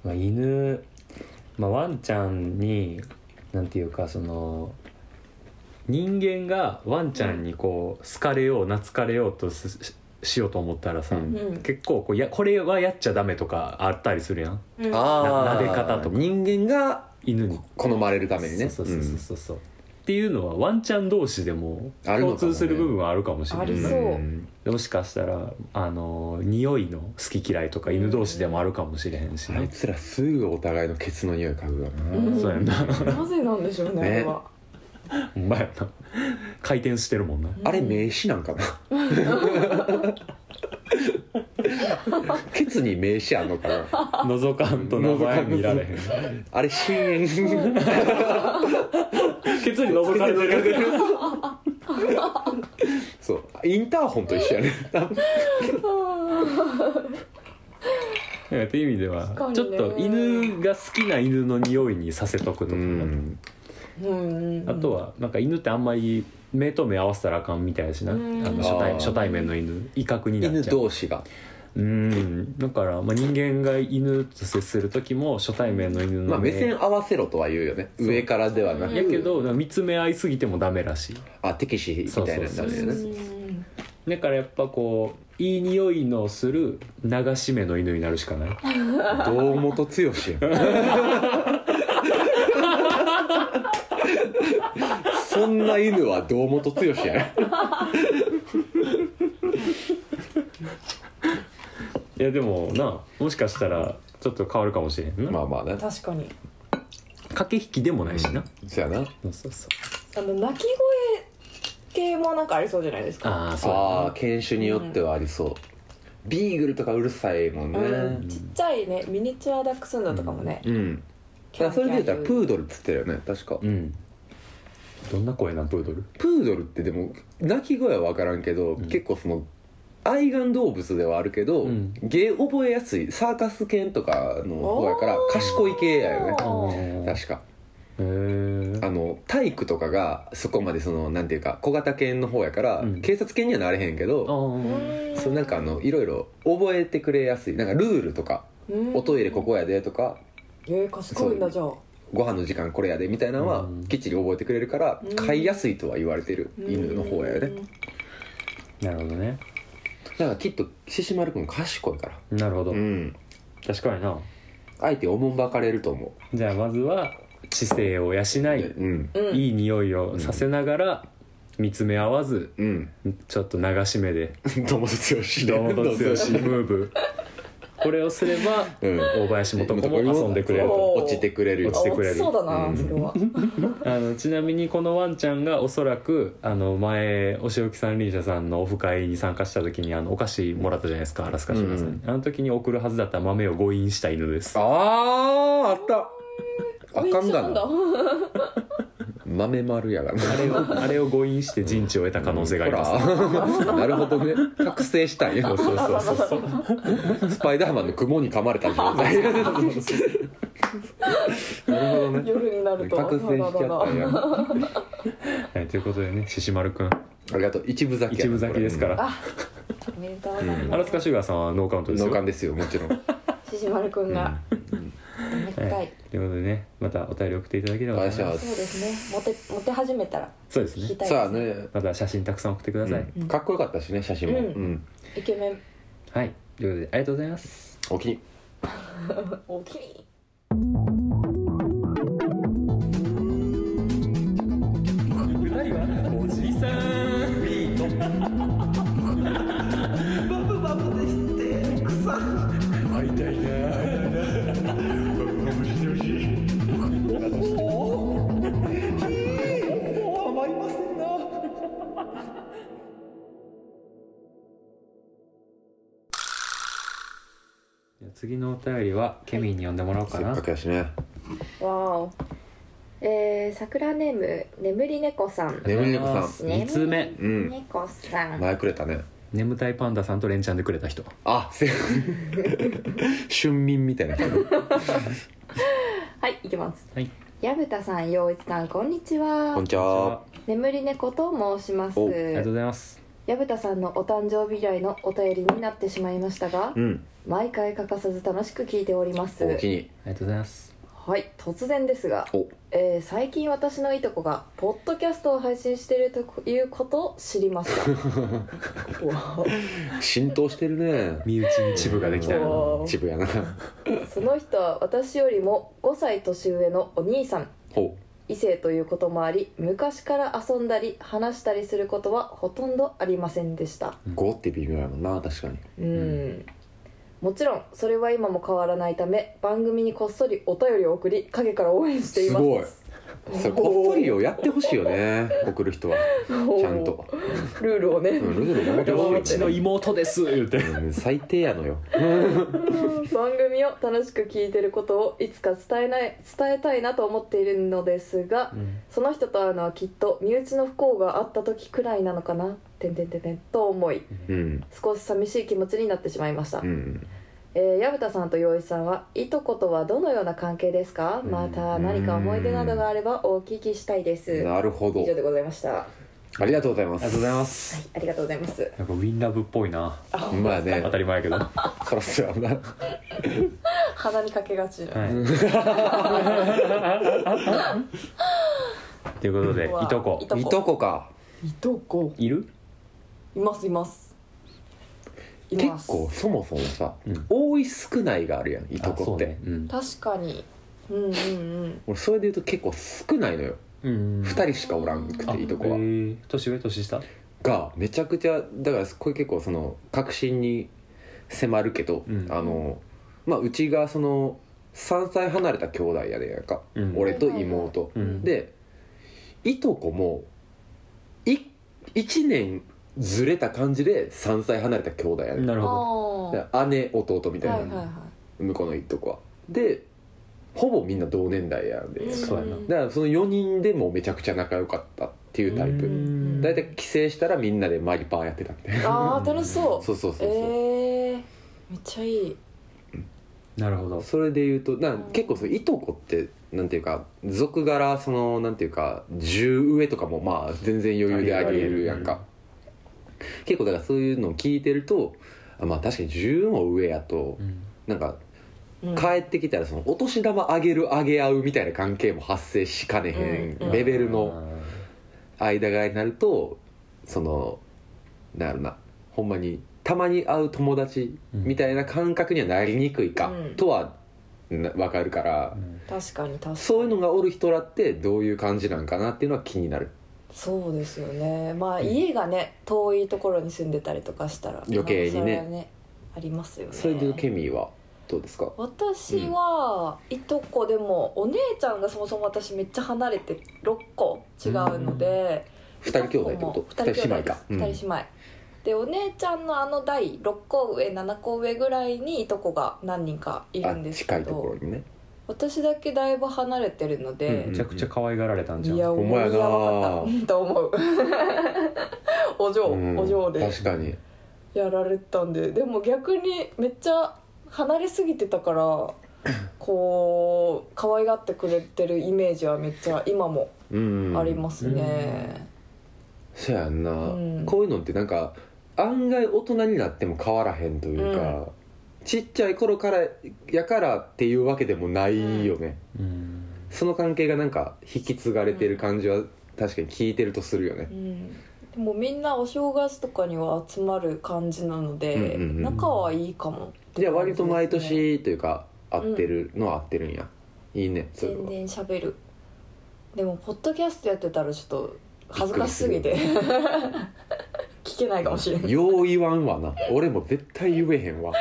Speaker 1: まあ、犬、まあ、ワンちゃんになんていうかその人間がワンちゃんにこう好かれよう懐かれようとすししようと思ったらさ、
Speaker 3: うん
Speaker 1: 結構こうやこれはやっちゃダメとかあったりするやん
Speaker 3: っか
Speaker 1: な
Speaker 3: ああ
Speaker 1: 撫で方とか
Speaker 3: 人間が
Speaker 1: 犬に
Speaker 3: 好まれるためにね
Speaker 1: そうそうそうそうそうっていうのはワンちゃん同士でも
Speaker 3: あるの
Speaker 1: 共
Speaker 3: かもね
Speaker 1: 通する部分はあるかもしれな
Speaker 2: あ
Speaker 1: い、
Speaker 2: り
Speaker 3: ん
Speaker 2: そうん
Speaker 1: もしかしたらあの匂いの好き嫌いとか犬同士でもあるかもしれへんし、
Speaker 3: あい
Speaker 1: ね
Speaker 3: つらすぐお互いのケツの匂い嗅ぐわ
Speaker 2: うん
Speaker 1: そうやんな
Speaker 2: なぜなんでしょうね
Speaker 3: ね
Speaker 2: あれは
Speaker 1: ほんまやな回転してるも んな
Speaker 3: なあれ名刺なんか なケツに名刺あんのかな
Speaker 1: 覗かんと名前見られへん
Speaker 3: あれ深淵
Speaker 1: ケツに覗かれてる
Speaker 3: そうインターホンと一緒やね
Speaker 1: なんかっていう意味では、
Speaker 2: 確かにね
Speaker 1: ちょっと犬が好きな犬の匂いにさせとくとか、
Speaker 3: うん
Speaker 2: うん
Speaker 1: あとはなんか犬ってあんまり目と目合わせたらあかんみたいだしな、
Speaker 2: うん
Speaker 1: あの初対初対面の犬威嚇になっ
Speaker 3: 犬
Speaker 1: ちゃう
Speaker 3: 同士が
Speaker 1: うんだから、まあ、人間が犬と接する時も初対面の犬
Speaker 3: ま
Speaker 1: の
Speaker 3: あ目線合わせろとは言うよね
Speaker 1: そう
Speaker 3: 上からではなく
Speaker 1: やけどなんか見つめ合いすぎてもダメらしい
Speaker 3: あ敵視みたいなのにな
Speaker 1: そう
Speaker 3: るよ
Speaker 1: そうそ
Speaker 3: ね
Speaker 2: うん
Speaker 1: だからやっぱこういい匂いのする流し目の犬になるしかない
Speaker 3: 堂本剛 やんそんな犬は堂本剛やね
Speaker 1: いやでもなもしかしたらちょっと変わるかもしれんな、
Speaker 3: まあまあな
Speaker 2: 確かに
Speaker 1: 駆け引きでもないしな、
Speaker 3: そうやな
Speaker 1: そうそう
Speaker 2: あの鳴き声系もなんかありそうじゃないですか
Speaker 1: ああそう
Speaker 3: ああ
Speaker 1: や
Speaker 3: 犬種によってはありそうビーグルとかうるさいもんね
Speaker 2: うんちっちゃいねミニチュアダックスンドとかもね
Speaker 3: うんだからそれで言ったらプードルっつってるよね確か
Speaker 1: なうんどんな声なんプードル
Speaker 3: プードルってでも鳴き声は分からんけど、
Speaker 1: ん
Speaker 3: 結構その愛玩動物ではあるけど、
Speaker 1: うん
Speaker 3: 芸覚えやすいサーカス犬とかの方やから
Speaker 2: おー
Speaker 3: 賢い系やよね
Speaker 2: あー
Speaker 3: 確か
Speaker 1: へええ
Speaker 3: あの体育とかがそこまでそのなんていうか小型犬の方やから、
Speaker 1: うん
Speaker 3: 警察犬にはなれへんけどそうなんかあのいろいろ覚えてくれやすいなんかルールとか、おトイレここやでとか
Speaker 2: えー、賢いんだじゃあ
Speaker 3: ご飯の時間これやでみたいなのは
Speaker 1: うん
Speaker 3: きっちり覚えてくれるから、
Speaker 2: うん
Speaker 3: 飼いやすいとは言われてる犬の方やよね、
Speaker 2: うん
Speaker 1: なるほどね
Speaker 3: だからきっと獅子丸くん賢いから
Speaker 1: なるほど、
Speaker 3: うん
Speaker 1: 確かにな
Speaker 3: 相手おもんばかれると思
Speaker 1: じゃあまずは知性を養い、
Speaker 3: う、
Speaker 1: い、
Speaker 3: うん
Speaker 2: うん
Speaker 1: い匂いをさせながら見つめ合わず
Speaker 3: うん
Speaker 1: ちょっと流し目で
Speaker 3: どうもつよ
Speaker 1: 「
Speaker 3: し
Speaker 1: どうもどつよ しム
Speaker 3: う
Speaker 1: ーブ」これをすれば
Speaker 3: ん
Speaker 1: 大林元子も遊んでくれると
Speaker 2: お
Speaker 3: 落ちてくれるよ
Speaker 1: 落ちてくれる
Speaker 2: あそうだな、
Speaker 3: うん
Speaker 2: それは
Speaker 1: あのちなみにこのワンちゃんがおそらくあの前お仕置き三輪車さんのオフ会に参加した時にあのお菓子もらったじゃないですかアラスカ島さんに、
Speaker 3: うん
Speaker 1: あの時に送るはずだった豆を誤飲した犬です
Speaker 3: あーあったあかんがな
Speaker 2: めっちゃ
Speaker 3: 豆丸やがな
Speaker 1: あれをあれを誤飲して陣地を得た可能性があります、
Speaker 3: ほら なるほどね覚醒したんや
Speaker 1: そうそうそうそう
Speaker 3: スパイダーマンの雲に噛まれた状 態なるほど
Speaker 2: 飲んだ夜になると
Speaker 3: 覚醒しちゃ ったんや
Speaker 1: はい、ということでね獅子丸くん
Speaker 3: ありがとう一部咲きや
Speaker 1: 一
Speaker 3: な
Speaker 1: 部咲きですか
Speaker 3: こ
Speaker 1: ら
Speaker 2: おめでとうござい
Speaker 3: うん
Speaker 1: ア
Speaker 2: ま
Speaker 1: ラスカシュガーさんはノーカウント
Speaker 3: れ
Speaker 1: で
Speaker 3: うん
Speaker 1: すよ
Speaker 3: 農館ですよもちろん
Speaker 2: す獅子丸くんがめっかい、
Speaker 1: はい、ということでねまたお便り送っていただければと
Speaker 3: お
Speaker 1: 思
Speaker 3: 願
Speaker 1: いま
Speaker 3: いします
Speaker 2: そうですねモテモテ始めたら
Speaker 1: そうです
Speaker 2: 聞き
Speaker 1: ね
Speaker 2: たいです
Speaker 3: さあね
Speaker 1: また写真たくさん送ってください、
Speaker 3: うんかっこよかったしね写真も
Speaker 2: うん
Speaker 3: うん
Speaker 2: イケメン
Speaker 1: はいということでありがとうございます
Speaker 3: お気に
Speaker 2: 大きい
Speaker 1: 二人はおじさん
Speaker 3: 会いたいな
Speaker 1: 次のお便りはケミンに呼んでもらおうか
Speaker 3: せっ
Speaker 1: な
Speaker 3: かくやしね
Speaker 2: わおえー、桜ネーム眠り猫さん
Speaker 3: 眠り猫さん
Speaker 1: 二通目
Speaker 3: うん
Speaker 2: 猫さん
Speaker 3: 前くれたね
Speaker 1: 眠たいパンダさんと連チャンでくれた人
Speaker 3: あせ春眠みたいな人
Speaker 2: はい行きます
Speaker 1: はい
Speaker 2: 矢蓋さん陽一さんこんにちは
Speaker 3: こんにち
Speaker 1: あ
Speaker 3: は
Speaker 2: 眠り猫と申します
Speaker 3: おあ
Speaker 1: りがとうございます
Speaker 2: 矢蓋さんのお誕生日以来のお便りになってしまいましたが
Speaker 3: うん
Speaker 2: 毎回欠かさず楽しく聞いております
Speaker 3: お気に
Speaker 1: ありがとうございます
Speaker 2: はい突然ですが
Speaker 3: お
Speaker 2: えー最近私のいとこがポッドキャストを配信しているということを知りました わ
Speaker 3: 浸透してるね
Speaker 1: 身内にチブができたよ
Speaker 2: お
Speaker 3: チブやな
Speaker 2: あその人は私よりも5歳年上のお兄さん
Speaker 3: ほ
Speaker 2: 異性ということもあり昔から遊んだり話したりすることはほとんどありませんでした
Speaker 3: う5って微妙やもんな確かに
Speaker 2: うん、
Speaker 1: う
Speaker 2: もちろんそれは今も変わらないため番組にこっそりお便りを送り陰から応援しています
Speaker 3: それこっそりをやってほしいよね送る人はちゃんと
Speaker 2: ルールをね、
Speaker 3: うんルール守って
Speaker 1: 両
Speaker 3: ほ
Speaker 1: 内
Speaker 3: しい
Speaker 1: の
Speaker 3: よね
Speaker 1: 妹です言うて
Speaker 3: うん最低やのよ
Speaker 2: 番組を楽しく聞いてることをいつか伝えない伝えたいなと思っているのですがその人と会うのはきっと身内の不幸があった時くらいなのかなてんてんてんてんと思い
Speaker 3: うん
Speaker 2: 少し寂しい気持ちになってしまいました、
Speaker 3: うん
Speaker 2: えー矢蓋さんと陽一さんはいとことはどのような関係ですかまた何か思い出などがあればお聞きしたいです
Speaker 3: なるほど
Speaker 2: 以上でございましたは
Speaker 3: ありがとうございま
Speaker 1: ありがとうご
Speaker 3: す
Speaker 1: ざいます
Speaker 2: いありがとうございます
Speaker 1: なんかウィンラブっぽいな
Speaker 3: まあね
Speaker 1: 当たり前やけ どは
Speaker 3: そらそうやな
Speaker 2: 鼻にかけがち な、
Speaker 1: いということで
Speaker 2: うわ
Speaker 1: いとこ
Speaker 2: とこ
Speaker 3: いとこか
Speaker 2: いとこ
Speaker 1: いる
Speaker 2: いますいますいます
Speaker 3: 結構そもそもさ
Speaker 1: うん
Speaker 3: 多い少ないがあるやんいと
Speaker 1: あそ
Speaker 3: こ
Speaker 1: う
Speaker 3: っ
Speaker 1: ね
Speaker 3: て
Speaker 1: うん
Speaker 2: 確かにうんうんうん
Speaker 3: 俺それで言うと結構少ないのよ
Speaker 1: うん
Speaker 3: 2人しかおらんく
Speaker 1: あ
Speaker 3: ていとこは
Speaker 1: えー年上年下
Speaker 3: がめちゃくちゃだからこれ結構その確信に迫るけど、
Speaker 1: うん
Speaker 3: あのまあうちがその3歳離れた兄弟やでやんか、
Speaker 1: うん
Speaker 3: 俺と妹、
Speaker 1: うん
Speaker 3: でいとこも1年ずれた感じで3歳離れた兄弟やで、
Speaker 1: なる
Speaker 2: あ
Speaker 1: ほ
Speaker 2: あは
Speaker 3: だから姉弟み
Speaker 2: い
Speaker 3: たいな、
Speaker 2: はいは
Speaker 3: 向こうのいとこはでほぼみんな同年代やんで、
Speaker 2: い
Speaker 1: んそうやな
Speaker 3: だからその4人でもめちゃくちゃ仲良かったっていう
Speaker 1: ど
Speaker 3: タイ
Speaker 2: う
Speaker 3: プ
Speaker 2: ん
Speaker 3: 大体帰省したらみんなでマリパーやってたみたいな
Speaker 2: ああ楽しそう
Speaker 3: そうそうそうそう、
Speaker 2: ええー、めっちゃいい
Speaker 1: なるほど
Speaker 3: それで言うとな
Speaker 2: うん
Speaker 3: 結構そのいとこってなんていうか俗柄そのなんていうか10上とかもまあ全然余裕でありえるやんか結構だからそういうのを聞いてるとあまあ確かに10も上やと
Speaker 1: うん
Speaker 3: なんか
Speaker 2: うん
Speaker 3: 帰ってきたらそのお年玉あげるあげ合うみたいな関係も発生しかねへ
Speaker 2: うんん
Speaker 3: レベルの間がになるとそのなんやろなほんまにたまに会う友達みたいな感覚にはなりにくいか、
Speaker 2: うん
Speaker 3: とはなわかるから
Speaker 1: う、ん
Speaker 2: 確かに確かに
Speaker 3: そういうのがおる人らってどういう感じなんかなっていうのは気になる
Speaker 2: そうですよねまあ家がね遠いところに住んでたりとかしたら
Speaker 3: 余計
Speaker 2: ま
Speaker 3: にね
Speaker 2: あそれはありますよね
Speaker 3: それでケミーはどうですか
Speaker 2: 私はいとこでもお姉ちゃんがそもそも私めっちゃ離れて6個違うので
Speaker 3: 二人兄弟ってこと
Speaker 2: 2
Speaker 3: 二
Speaker 2: 人
Speaker 3: 人
Speaker 2: 兄弟で
Speaker 3: 姉妹か
Speaker 2: す、二人姉妹でお姉ちゃんのあの代6個上7個上ぐらいにいとこが何人かいるん
Speaker 3: あ
Speaker 2: です
Speaker 3: 近
Speaker 2: け
Speaker 3: いところ
Speaker 2: ど
Speaker 3: にね
Speaker 2: 私だけだいぶ離れてるので、
Speaker 3: うん
Speaker 1: めちゃくちゃ可愛がられたんじゃん
Speaker 2: いや、
Speaker 3: ほん
Speaker 2: 思
Speaker 3: ま
Speaker 2: い
Speaker 3: や
Speaker 2: やば
Speaker 3: な
Speaker 2: かったと思う お嬢、
Speaker 3: うん
Speaker 2: お嬢で
Speaker 3: 確かに
Speaker 2: やられたんででも逆にめっちゃ離れすぎてた からこう可愛がってくれてるイメージはめっちゃ今も
Speaker 3: うん
Speaker 2: ありますね、
Speaker 3: そうやんな、
Speaker 2: うん
Speaker 3: こういうのってなんか案外大人になっても変わらへんというか、ちっちゃい頃からやからっていうわけでもないよね、
Speaker 1: うん
Speaker 3: その関係がなんか引き継がれてる感じは確かに聞いてるとするよね
Speaker 2: うん、でもみんなお正月とかには集まる感じなので、
Speaker 3: うんうんうん
Speaker 2: 仲はいいかもって
Speaker 3: じゃあ割と毎
Speaker 2: 感じですね
Speaker 3: 年というか合ってるのは合ってるんや、いいねそれは
Speaker 2: 全然しゃべるでもポッドキャストやってたらちょっと恥ずかしすぎて聞けないかもしれない
Speaker 3: よう言わんわな俺も絶対言えへんわ、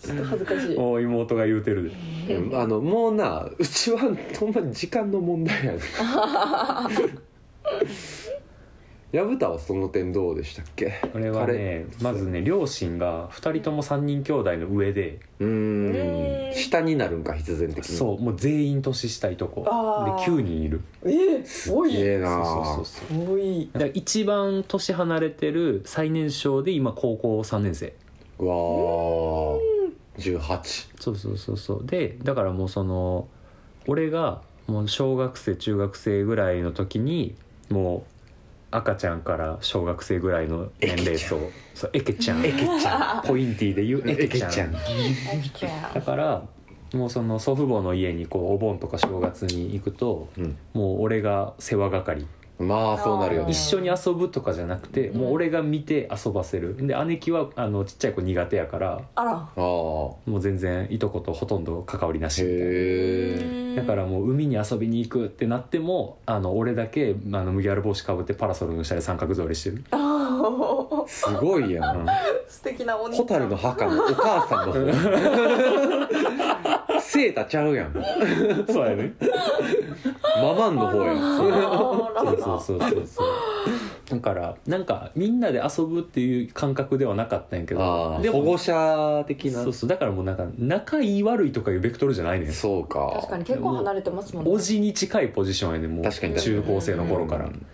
Speaker 2: ちょっと恥ずかしい
Speaker 1: おー妹が言うてるで
Speaker 3: うんあのもうなうちはほんまに時間の問題 やねやぶたはその点どうでしたっけ
Speaker 1: これはねまずね両親が2人とも3人兄弟の上で
Speaker 3: うー
Speaker 2: ね
Speaker 3: ん下になるんか必然的に
Speaker 1: そうもう全員年下いとこで
Speaker 2: あー
Speaker 1: 9人いる
Speaker 2: え
Speaker 3: す
Speaker 2: す
Speaker 3: っ
Speaker 2: ごい
Speaker 3: げえな
Speaker 1: そうそうそうそう
Speaker 2: 多い
Speaker 1: だから一番年離れてる最年少で今高校3年生
Speaker 3: うわー18
Speaker 1: そうそうそうそうでだからもうその俺がもう小学生中学生ぐらいの時にもう赤ちゃんから小学生ぐらいの年齢層そうエケちゃんポインティで言うエケちゃんだからもうその祖父母の家にこうお盆とか正月に行くと
Speaker 3: うん
Speaker 1: もう俺が世話係
Speaker 3: まあそうなるよ
Speaker 2: うん
Speaker 1: 一
Speaker 3: ね
Speaker 1: 緒に遊ぶとかじゃなくて、もう俺が見て遊ばせるで姉貴はあのちっちゃい子苦手やから
Speaker 2: あら
Speaker 3: ああ
Speaker 1: もう全然いとことほとんど関わりなしみたいな
Speaker 3: へえ
Speaker 1: だからもう海に遊びに行くってなってもあの俺だけあの麦わら帽子かぶってパラソルの下で三角座りしてる、
Speaker 2: あー
Speaker 3: すごいや
Speaker 1: うんん
Speaker 2: 素敵なお姉ちゃん
Speaker 3: 蛍の墓のお母さんの 方セータちゃうやん
Speaker 1: そうやね
Speaker 3: ママンの方やん
Speaker 2: あ
Speaker 1: そ
Speaker 2: ら
Speaker 1: うそうそうそうそうだからなんかみんなで遊ぶっていう感覚ではなかったんやけ
Speaker 3: あ
Speaker 1: ど
Speaker 3: あ
Speaker 1: で
Speaker 3: 保
Speaker 1: も
Speaker 3: 護者的な
Speaker 1: そうそうだからもうなんか仲いい悪いとかいうベクトルじゃないねん
Speaker 3: そうか
Speaker 2: 確かに結構離れてますもんね
Speaker 1: おじに近いポジションやねんもう
Speaker 3: 確かに確か
Speaker 1: 中
Speaker 3: に
Speaker 1: 高生の頃から、
Speaker 3: うん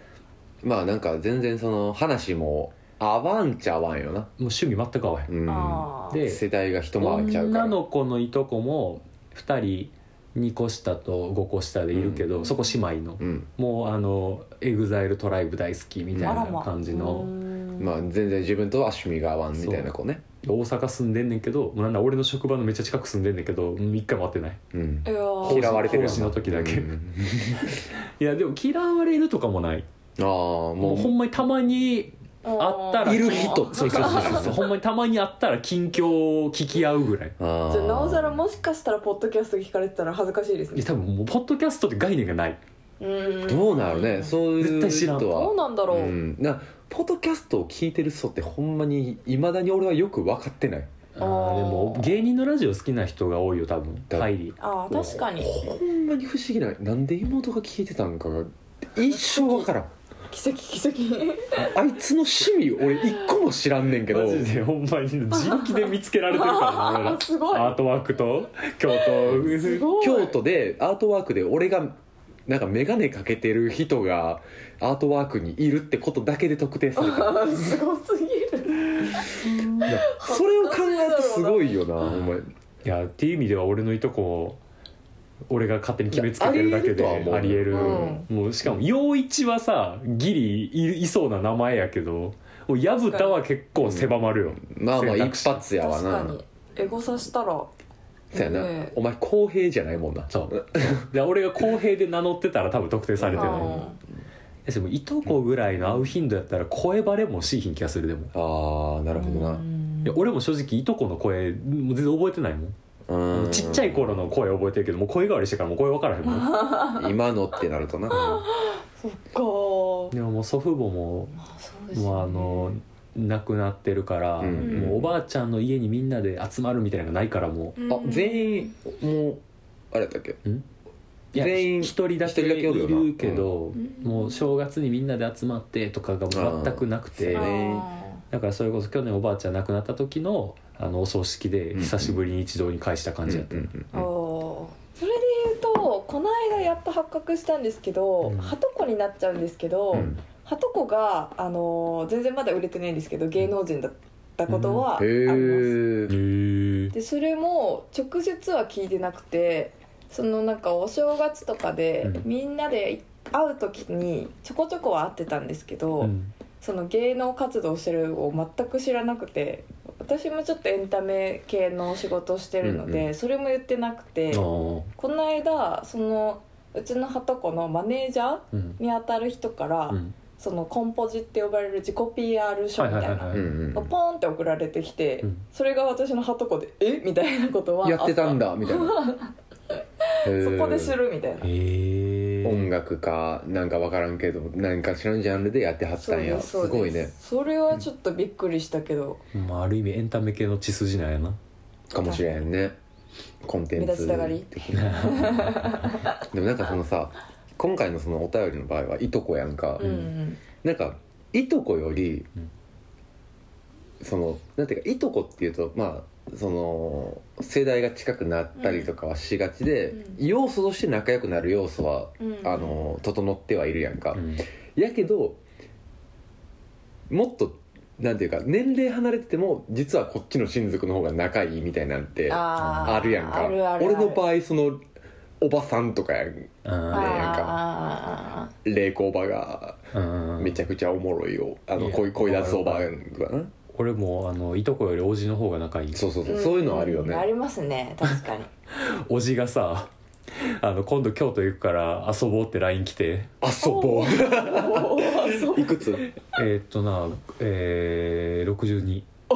Speaker 3: まあなんか全然その話も合わんちゃ合わんよな
Speaker 1: もう趣味全く合わへん
Speaker 3: うん
Speaker 2: あー
Speaker 1: で
Speaker 3: 世代が一回りちゃうから
Speaker 1: 女の子のいとこも2人2個下と5個下でいるけど、
Speaker 2: うん
Speaker 1: そこ姉妹の
Speaker 3: うん
Speaker 1: もうあのエグザイルトライブ大好きみたい
Speaker 2: あ
Speaker 1: な
Speaker 2: らま
Speaker 1: 感じ
Speaker 2: うー
Speaker 1: の
Speaker 2: ん
Speaker 3: まあ全然自分とは趣味が合わんみたいな子ね
Speaker 1: 大阪住んでんねんけどもうなんだ俺の職場のめっちゃ近く住んでんねんけどうん一回も会ってない
Speaker 3: うん
Speaker 2: いやー
Speaker 3: 嫌われてるやん
Speaker 1: 講師の時だけ
Speaker 3: うん
Speaker 1: いやでも嫌われるとかもない
Speaker 3: ああ
Speaker 1: もうほ
Speaker 3: も
Speaker 1: んまにたまにあったら
Speaker 3: いる人
Speaker 1: そうそうそうそう ほんまにたまに会ったら近況を聞き合うぐらいう
Speaker 3: ああ
Speaker 2: じゃあなおさらもしかしたらポッドキャスト聞かれてたら恥ずかしいです
Speaker 1: いや
Speaker 2: ね
Speaker 1: 多分もうポッドキャストって概念がない
Speaker 2: ど
Speaker 3: どうなるねそうい
Speaker 1: 絶
Speaker 3: う
Speaker 1: 対知らん
Speaker 3: 人
Speaker 2: どう
Speaker 3: は
Speaker 2: なんだろう、
Speaker 3: うんなポッドキャストを聞いてる人ってほんまにいまだに俺はよく分かってない
Speaker 1: あーで
Speaker 2: あー
Speaker 1: も芸人のラジオ好きな人が多いよ多分
Speaker 3: だ
Speaker 1: 入り
Speaker 2: ああ確かに
Speaker 3: ほんまに不思議ななんで妹が聞いてたんかが一生分からん
Speaker 2: 奇跡奇 跡
Speaker 3: あいつの趣味俺一個も知らんねんけど
Speaker 1: マジでほんまに人気で見つけられてるからね俺ら
Speaker 2: すごい
Speaker 1: アートワークと京
Speaker 2: す
Speaker 1: 都
Speaker 2: ごい
Speaker 3: 京都でアートワークで俺がなんか眼鏡かけてる人がアートワークにいるってことだけで特定された
Speaker 2: すごすぎる
Speaker 3: いやそれを考えるとすごいよなお前
Speaker 1: いやっていう意味では俺のいとこ俺が勝手に決めつけてるだけ
Speaker 3: いやありえるとは思
Speaker 1: で
Speaker 3: う
Speaker 1: ありえる
Speaker 2: うん
Speaker 1: もうしかも陽一はさギリいいそうな名前やけどもう薮田は結構狭まるよ、
Speaker 3: まあまあ
Speaker 1: 選択肢
Speaker 3: 一発やわ
Speaker 2: 確か
Speaker 3: な
Speaker 2: にエゴさしたら
Speaker 3: そやな、
Speaker 2: ね
Speaker 3: お前公平じゃないもんな
Speaker 1: そうで俺が公平で名乗ってたら多分特定されてない
Speaker 2: あ
Speaker 1: だしもういとこぐらいの会う頻度やったら声バレもしいひん気がするでも
Speaker 3: ああなるほどな、
Speaker 1: いや俺も正直いとこの声もう全然覚えてないもん
Speaker 3: うん
Speaker 1: ちっちゃい頃の声覚えてるけどもう声変わりしてからもう声分からへんもん
Speaker 3: 今のってなるとな
Speaker 2: そっかー
Speaker 1: でももう祖父母も
Speaker 2: あそうですよね
Speaker 1: もうあの亡くなってるから、
Speaker 3: うん
Speaker 1: もうおばあちゃんの家にみんなで集まるみたいなのがないからも
Speaker 2: うん
Speaker 3: あ全員もうあれやったっけ
Speaker 1: ういや
Speaker 3: 全員
Speaker 1: ひ一人だけ
Speaker 3: 一人だけ
Speaker 1: い
Speaker 3: おるよな
Speaker 1: るけど、
Speaker 2: ん
Speaker 1: もう正月にみんなで集まってとかがもう全くなくて、
Speaker 3: あー
Speaker 2: あ
Speaker 1: だからそれこそ去年おばあちゃん亡くなった時のあのお葬式で
Speaker 3: うん
Speaker 1: 久しぶりに一堂に会した感じやった、
Speaker 3: うん
Speaker 2: ーあーそれで言うとこの間やっと発覚したんですけど、
Speaker 1: うん
Speaker 2: ハトコになっちゃうんですけど、
Speaker 3: うん
Speaker 2: ハトコが、あのー全然まだ売れてないんですけど芸能人だったことはあ
Speaker 3: へ
Speaker 2: ります、
Speaker 3: え
Speaker 1: へえ
Speaker 2: でそれも直接は聞いてなくてそのなんかお正月とかで
Speaker 1: うん
Speaker 2: みんなで会う時にちょこちょこは会ってたんですけど、その芸能活動してるを全く知らなくて私もちょっとエンタメ系の仕事をしてるので、
Speaker 3: うんう
Speaker 2: それも言ってなくて
Speaker 1: ああ
Speaker 2: この間そのうちのはとこのマネージャー
Speaker 1: うん
Speaker 2: にあたる人から、
Speaker 1: うん
Speaker 2: そのコンポジって呼ばれる自己 PR 書
Speaker 1: はい
Speaker 2: みた
Speaker 1: はいい
Speaker 2: な、
Speaker 1: はいはい、
Speaker 3: うん
Speaker 2: ポーンって送られてきて、
Speaker 1: うん
Speaker 2: それが私のはとこで「えみたいなこと
Speaker 3: う
Speaker 2: は
Speaker 3: んやってたん
Speaker 2: だ
Speaker 3: だみた いな
Speaker 2: そこで
Speaker 3: へ
Speaker 2: 知
Speaker 3: ー
Speaker 2: るみたいな
Speaker 1: へえ
Speaker 3: 音楽かなんか分からんけど何かしらのジャンルでやってはったんやす
Speaker 2: そうです
Speaker 3: ごいね
Speaker 2: それはちょっとびっくりしたけど、
Speaker 1: まあ、ある意味エンタメ系の血筋なんやな
Speaker 3: かもしれんねコンテン
Speaker 2: 目立
Speaker 3: ツ
Speaker 2: ちたがり
Speaker 3: 的な でもなんかそのさ今回のそのお便りの場合はいとこやんか、
Speaker 2: うんうん
Speaker 3: なんかいとこより、
Speaker 1: うん
Speaker 3: そのなんていうかいとこっていうとまあその世代が近くなったりとかはしがちで、
Speaker 2: う
Speaker 3: 要素として仲良くなる要素は、
Speaker 2: うん
Speaker 3: あの整ってはいるやんか、
Speaker 1: うん
Speaker 3: やけどもっとなんていうか年齢離れてても実はこっちの親族の方が仲いいみたいなんてあ
Speaker 2: あー
Speaker 3: るやんか
Speaker 2: あるあるある
Speaker 3: 俺の場合そのおばさんとかやん
Speaker 2: あ
Speaker 1: あ
Speaker 2: ー
Speaker 3: なんか
Speaker 2: あ
Speaker 3: 霊子おばが
Speaker 1: ーうん
Speaker 3: めちゃくちゃおもろいよあ
Speaker 1: い
Speaker 3: の
Speaker 1: や
Speaker 3: 恋恋立つおばとかな
Speaker 1: 俺もあのいとこよりおじの方が仲いい
Speaker 3: そうそう
Speaker 2: ー
Speaker 3: そ
Speaker 2: あ
Speaker 3: う
Speaker 2: ー
Speaker 3: そういうのあるよ
Speaker 2: うんあり
Speaker 3: ね
Speaker 2: ますね確か に
Speaker 1: おじがさあの今度京都行くから遊ぼうって LINE 来て
Speaker 3: あそぼう
Speaker 2: おーそう
Speaker 3: いくつ
Speaker 1: えー、っとなえー、62
Speaker 3: お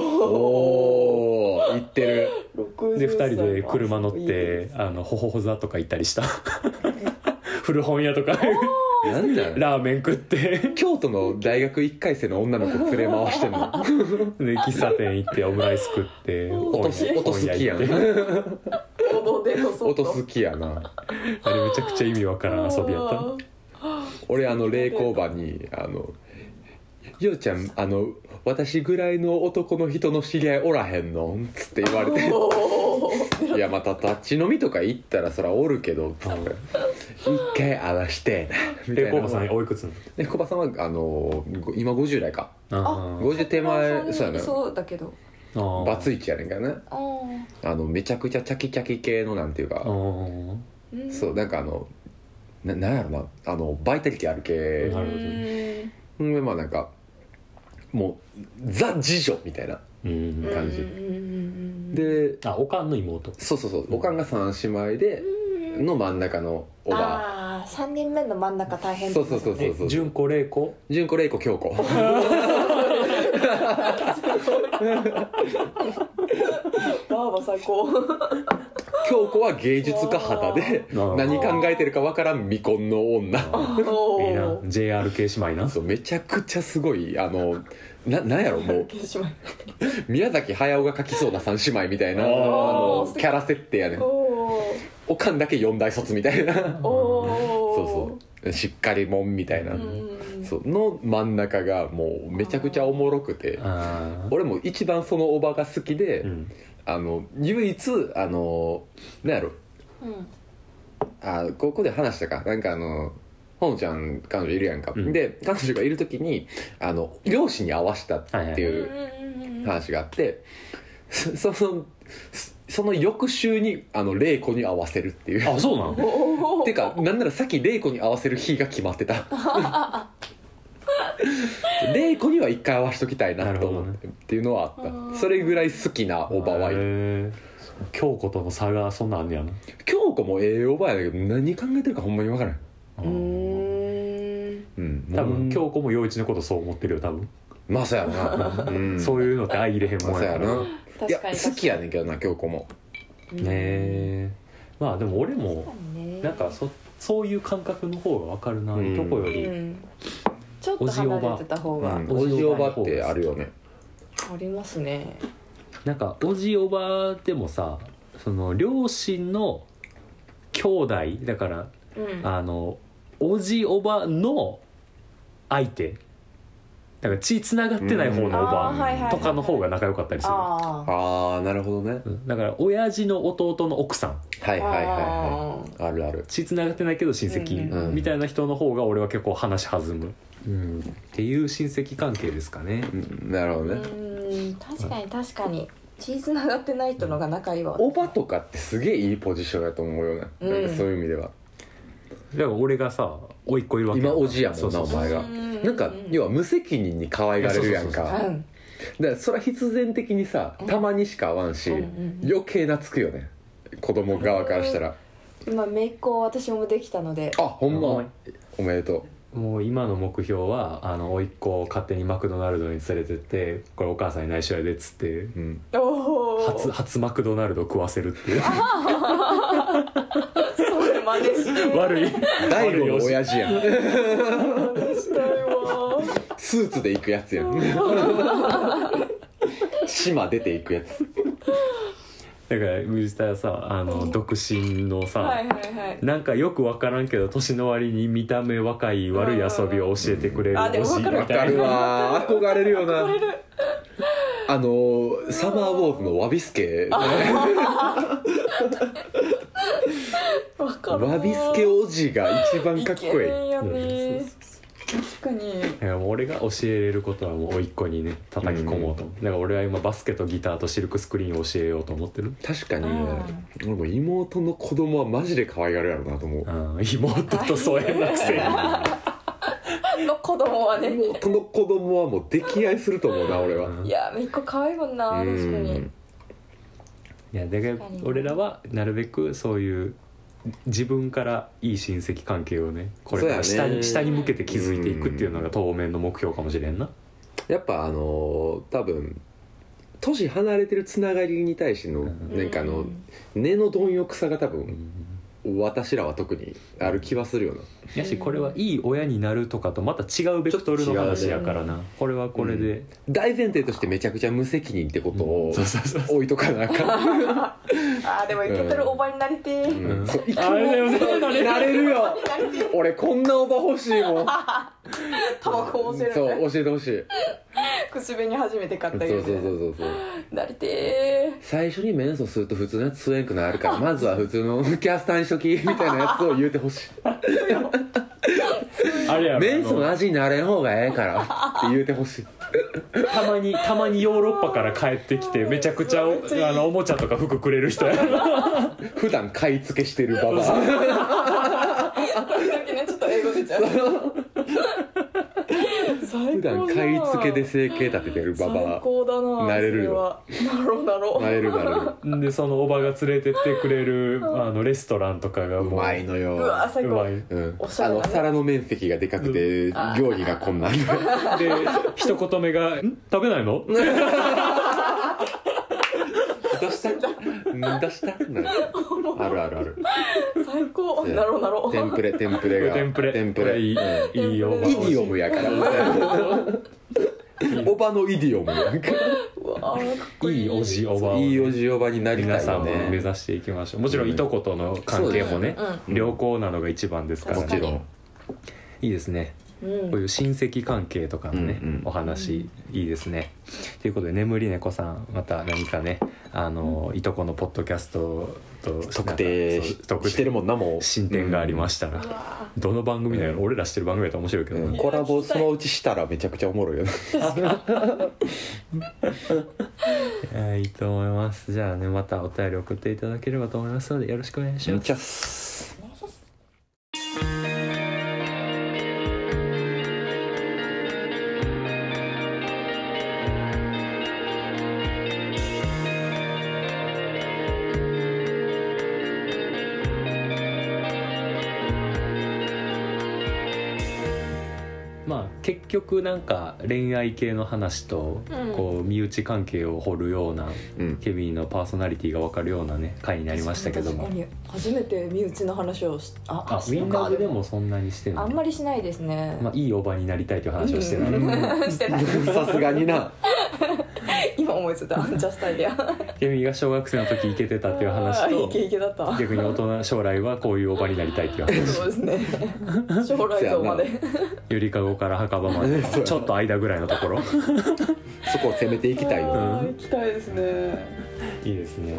Speaker 3: お言ってる
Speaker 2: 60
Speaker 1: で2人で車乗っ
Speaker 2: いいで
Speaker 1: て
Speaker 2: す
Speaker 1: あのほほほ座とか行ったりした古本屋とか
Speaker 3: なんだよ
Speaker 1: ラーメン食って
Speaker 3: 京都の大学1回生の女の子連れ回してんの
Speaker 1: で喫茶店行ってオムライス食って
Speaker 3: 音す音好きや
Speaker 1: 本
Speaker 3: ん
Speaker 1: 屋行って
Speaker 2: 王道での外
Speaker 3: 音好きやな
Speaker 1: あれめちゃくちゃ意味わからん遊びやった
Speaker 3: 俺あの霊工場にあの「ようちゃんあの私ぐらいの男の人の知り合いおらへんの?」っつって言われて
Speaker 2: おお
Speaker 3: 「いやまた立ち飲みとか行ったらそらおるけど」つって一回合わしてな」みたい
Speaker 1: で
Speaker 3: な
Speaker 1: コバさんおいくつなの
Speaker 3: でコバさんはあのご今50代か
Speaker 1: あ
Speaker 3: 50手前そうやな
Speaker 2: そうだけど
Speaker 1: あー
Speaker 3: バツイチやねんからね
Speaker 2: あー
Speaker 3: あのめちゃくちゃチャキチャキ系のなんていう
Speaker 1: あ
Speaker 3: か
Speaker 1: ー
Speaker 2: うん
Speaker 3: そうなんかあのななんやろなあのバイタリティある系
Speaker 1: なるほど
Speaker 2: うん
Speaker 3: うんでまあなんかもうザ次女みたいな
Speaker 1: うん
Speaker 3: 感じ
Speaker 2: うんうんうんうん
Speaker 3: で
Speaker 1: あおかんの妹
Speaker 3: そうそうそうおかんが3姉妹で
Speaker 2: うん
Speaker 3: の真ん中のおば
Speaker 2: ああ3人目の真ん中大変
Speaker 3: そうそうそうそう
Speaker 1: え純子玲子
Speaker 3: 純子玲子京子
Speaker 2: バーバ最 高
Speaker 3: 京子は芸術家肌で
Speaker 1: あー
Speaker 3: 何考えてるかわからん未婚の女
Speaker 2: お
Speaker 1: いいな JR 系姉妹な
Speaker 3: そうめちゃくちゃすごいあのななんやろもう宮崎駿が描きそうな三姉妹みたいなあ
Speaker 1: あー
Speaker 3: のキャラ設定やねん
Speaker 2: お
Speaker 3: おかんだけ四大卒みたいな
Speaker 2: おお
Speaker 3: そうそうしっかりもんみたいな、
Speaker 2: ん
Speaker 3: そうの真ん中がもうめちゃくちゃおもろくて
Speaker 1: あー
Speaker 3: 俺も一番そのおばが好きで、
Speaker 1: うん
Speaker 3: あの唯一あのなんやろ
Speaker 2: うん
Speaker 3: あここで話したかなんかあのほのちゃん彼女いるやんか、
Speaker 1: うん
Speaker 3: で彼女がいる時にあの両親に会わしたっていう
Speaker 2: うんうんうんうん
Speaker 3: 話があって、そそのすその翌週にあの玲子に合わせるっていう
Speaker 1: あそうなの
Speaker 2: おお
Speaker 3: てかなんならさっき玲子に合わせる日が決まっ てた玲子には一回合わしときたいなと思っ
Speaker 1: なる
Speaker 3: て、っていうのはあ
Speaker 2: あ
Speaker 3: っ
Speaker 2: ー
Speaker 3: たそれぐらい好きなおばはいる
Speaker 1: へー京子との差がそんなんあんねやな
Speaker 3: 京子もええおばやだけど何考えてるかほんまに分からん
Speaker 2: うーん
Speaker 3: うん
Speaker 1: 多
Speaker 3: も
Speaker 1: 分
Speaker 3: う
Speaker 1: 京子も陽一のことそう思ってるよ多分、
Speaker 3: まあそうやな、うん、
Speaker 1: そう
Speaker 3: いう
Speaker 1: いうのって相入れへん
Speaker 3: ま
Speaker 1: も
Speaker 3: あ
Speaker 1: ん
Speaker 3: そう
Speaker 1: や
Speaker 3: や
Speaker 1: から
Speaker 3: な
Speaker 1: ね
Speaker 3: いや
Speaker 2: 確かに
Speaker 3: 好きやねんけどな京子も
Speaker 2: うん
Speaker 1: えまあでも俺も
Speaker 2: 確かにね
Speaker 1: なんかそそういう感覚の方が分かるな、
Speaker 3: うん
Speaker 1: いとこより、
Speaker 2: うんちょっと離れてた方が
Speaker 3: うんおじおばってあるよね
Speaker 2: ありますね
Speaker 1: なんかおじおばでもさその両親の兄弟だから
Speaker 2: うん
Speaker 1: あのおじおばの相手だから血つながってない方のお
Speaker 2: あ
Speaker 1: ば
Speaker 2: ーはいはいはい
Speaker 1: とかの方が仲良かったりする、
Speaker 2: あー
Speaker 3: ああなるほどね
Speaker 1: うんだから親父の弟の奥さん
Speaker 3: はいはいはいは
Speaker 2: あー
Speaker 3: いあるある
Speaker 1: 血つながってないけど親戚、
Speaker 3: うんうん
Speaker 1: みたいな人の方が俺は結構話弾む、うんっていう親戚関係ですかね
Speaker 3: うんなるほどね
Speaker 2: うん確かに確かに血つながってない人のが仲いいわ
Speaker 3: おばとかってすげえいいポジションやと思うよね、
Speaker 2: うん
Speaker 3: なんかそういう意味では
Speaker 1: だから俺がさ甥っ子いるわけ
Speaker 3: 今おじやもんな
Speaker 1: そうそうそう
Speaker 3: お前が
Speaker 2: うん
Speaker 3: なんか要は無責任に可愛がれるや
Speaker 1: そ
Speaker 3: ん
Speaker 1: うそう
Speaker 3: か
Speaker 1: そ
Speaker 2: うん
Speaker 3: だからそれは必然的にさたまにしか会わんし、
Speaker 2: うんうんうん
Speaker 3: 余計なつくよね子供側からしたら
Speaker 2: 今めいっ子私もできたので
Speaker 3: あほんま
Speaker 1: うん
Speaker 3: おめでと
Speaker 1: もう今の目標はあの甥っ子を勝手にマクドナルドに連れてってこれお母さんに内緒やでっつって
Speaker 3: う、 うん、
Speaker 2: おお
Speaker 1: 初初マクドナルド食わせるっていう
Speaker 2: それ真似して
Speaker 1: 悪い
Speaker 3: 大悟の親父や
Speaker 2: 真
Speaker 3: ん
Speaker 2: 似したいわ
Speaker 3: スーツで行くやつやん島出て行くやつ
Speaker 1: だから藤田はさあの独身のさ、
Speaker 2: はいはいはい
Speaker 1: なんかよく分からんけど年の割に見た目若い悪い遊びを教えてくれる
Speaker 2: うんあで
Speaker 1: お
Speaker 2: も
Speaker 1: じいみ
Speaker 2: わ
Speaker 1: た
Speaker 2: か
Speaker 1: い
Speaker 2: る
Speaker 1: な
Speaker 3: わかるわ憧れるよなあのーサマーウォーズのわびすけ
Speaker 2: わかる
Speaker 3: わびすけおじが一番かっこいい
Speaker 2: イケメンやね
Speaker 1: うん
Speaker 2: 確かに
Speaker 1: だからもう俺が教えれることはもう甥っ子にね叩き込もうと、だから俺は今バスケとギターとシルクスクリーンを教えようと思ってる
Speaker 3: 確かにね
Speaker 2: う
Speaker 3: 俺も妹の子供はマジで可愛がるやろなと思う
Speaker 1: あー妹と疎遠なくせに
Speaker 2: の子供はね
Speaker 3: 妹の子供はもう溺愛すると思うな俺は
Speaker 1: うん
Speaker 2: いやめいっ子可愛いもんな
Speaker 3: う
Speaker 2: 確かに
Speaker 3: ん
Speaker 1: いやだから
Speaker 2: 確かに
Speaker 1: 俺らはなるべくそういう自分からいい親戚関係をねこれ
Speaker 3: そう
Speaker 1: か
Speaker 3: やね
Speaker 1: ら下に,、下に向けて築いていくっていうのが当面の目標かもしれんな
Speaker 3: やっぱあのー多分年離れてるつながりに対しての
Speaker 1: うん
Speaker 3: なんかあ
Speaker 2: う
Speaker 3: の
Speaker 2: ん
Speaker 3: 根の貪欲さが多
Speaker 1: う
Speaker 3: 分
Speaker 1: ん
Speaker 3: 私らは特にある気はするよな
Speaker 1: やしこれはいい親になるとかとまた違うベクトルの話やからなこれはこれで、
Speaker 3: 大前提としてめちゃくちゃ無責任ってこと
Speaker 1: う
Speaker 3: を
Speaker 1: んそうそうそう
Speaker 3: 置いとかなあかん
Speaker 2: あーでもイケてるおばになりてー
Speaker 3: うん
Speaker 1: あれだよね
Speaker 3: なれるよ
Speaker 2: なりてー
Speaker 3: 俺こんなおば欲しいもん
Speaker 2: タバコをせる
Speaker 3: そ
Speaker 2: ね
Speaker 3: う教えてほしい
Speaker 2: 口紅初めて買った
Speaker 3: そう
Speaker 2: け
Speaker 3: そう
Speaker 2: ど
Speaker 3: そうそうそう
Speaker 2: なりて
Speaker 3: 最初にメンソすると普通のやつ吸えんくなるからまずは普通のキャスターにしときみたいなやつを言うてほしい
Speaker 1: あれやろ
Speaker 3: メンソの
Speaker 1: あの
Speaker 3: 味になれん方がええからって言うてほしい
Speaker 1: たまにたまにヨーロッパから帰ってきてめちゃくちゃおあのおもちゃとか服くれる人やろ
Speaker 3: 普段買い付けしてるババア
Speaker 2: ーさっきねちょっと英語出ちゃう最
Speaker 3: 普段
Speaker 2: 高だな
Speaker 3: 買い付けで生計立ててるバ
Speaker 2: 最
Speaker 3: バ
Speaker 2: 高だな
Speaker 3: なれるよ
Speaker 2: よなろうなろ
Speaker 3: ア
Speaker 2: う
Speaker 3: なれるなれる
Speaker 1: でそのおばが連れてってくれるあのレストランとかが
Speaker 3: う
Speaker 1: も
Speaker 3: まいのよ
Speaker 2: うわ最
Speaker 1: う
Speaker 2: 高
Speaker 1: まい
Speaker 3: うん、
Speaker 2: おしゃ
Speaker 3: あ
Speaker 2: れだね
Speaker 3: の皿の面積がでかくて料理がこんなん
Speaker 1: で一言目 が「ん食べないの?」
Speaker 3: どうしたんどうしたんあるあるある
Speaker 2: 最高
Speaker 3: ね
Speaker 2: なろうなろ
Speaker 3: テンプレテンプレ が
Speaker 1: テンプレ
Speaker 3: テンプ
Speaker 1: これ
Speaker 3: レ
Speaker 1: いい
Speaker 3: うん
Speaker 1: いいよ
Speaker 3: イディオムやからおばのイディオムやんか
Speaker 2: ううわーかっこ
Speaker 1: いいおじおばを
Speaker 3: いいおじおばになりた
Speaker 1: 皆
Speaker 3: い
Speaker 1: さん
Speaker 3: よ
Speaker 1: も目
Speaker 3: ね
Speaker 1: 指していきましょうもちろんいとことの関係もね
Speaker 2: そうですね
Speaker 1: 良好なのが一番ですから
Speaker 3: もちろん
Speaker 1: いいですね
Speaker 2: うん
Speaker 1: こういう親戚関係とかのね、
Speaker 3: うんうん
Speaker 1: お話いいですね。ということで眠り猫さんまた何かねあの、いとこのポッドキャストと
Speaker 3: 特
Speaker 1: な
Speaker 3: 定
Speaker 1: んかそう特定
Speaker 3: してるもんなもう
Speaker 1: 進展がありま
Speaker 3: し
Speaker 1: したら、
Speaker 2: うわ
Speaker 1: どの番組だよ、俺らしてる番組だと面白いけどな、
Speaker 3: コラボそのうちしたらめちゃくちゃおもろいよね
Speaker 1: やいいと思いますじゃあねまたお便り送っていただければと思いますのでよろしくお願いします
Speaker 3: チャス
Speaker 2: お願いします
Speaker 1: まあ結局なんか恋愛系の話と
Speaker 2: うん
Speaker 1: こう身内関係を掘るような
Speaker 3: うん
Speaker 1: ケビンのパーソナリティが分かるようなね回になりましたけども
Speaker 2: 確かに初めて身内の話をしあ
Speaker 1: あウ
Speaker 2: し
Speaker 1: ィ
Speaker 2: た
Speaker 1: ン
Speaker 2: か
Speaker 1: ナーズでもそんなにして
Speaker 2: あ
Speaker 1: なんい、
Speaker 2: まりしないですね、
Speaker 1: まあ、いいおばになりたいという話をしてない、
Speaker 2: うん してない
Speaker 3: さすがにな
Speaker 2: 今思いついたアンチャスタイデア
Speaker 1: ケビンが小学生の時イケてたっていう話
Speaker 2: あー
Speaker 1: と
Speaker 2: イケイケだった
Speaker 1: 逆に大人将来はこういうおばになりたいっていう話
Speaker 2: そうです ね将来像まで
Speaker 1: ゆりかごから墓場ま で
Speaker 3: そう
Speaker 1: ちょっと間ぐらいのところ
Speaker 3: そこを攻めていきたい
Speaker 2: あ
Speaker 3: よ
Speaker 1: ん
Speaker 2: ー行きたいですね、
Speaker 1: いいですね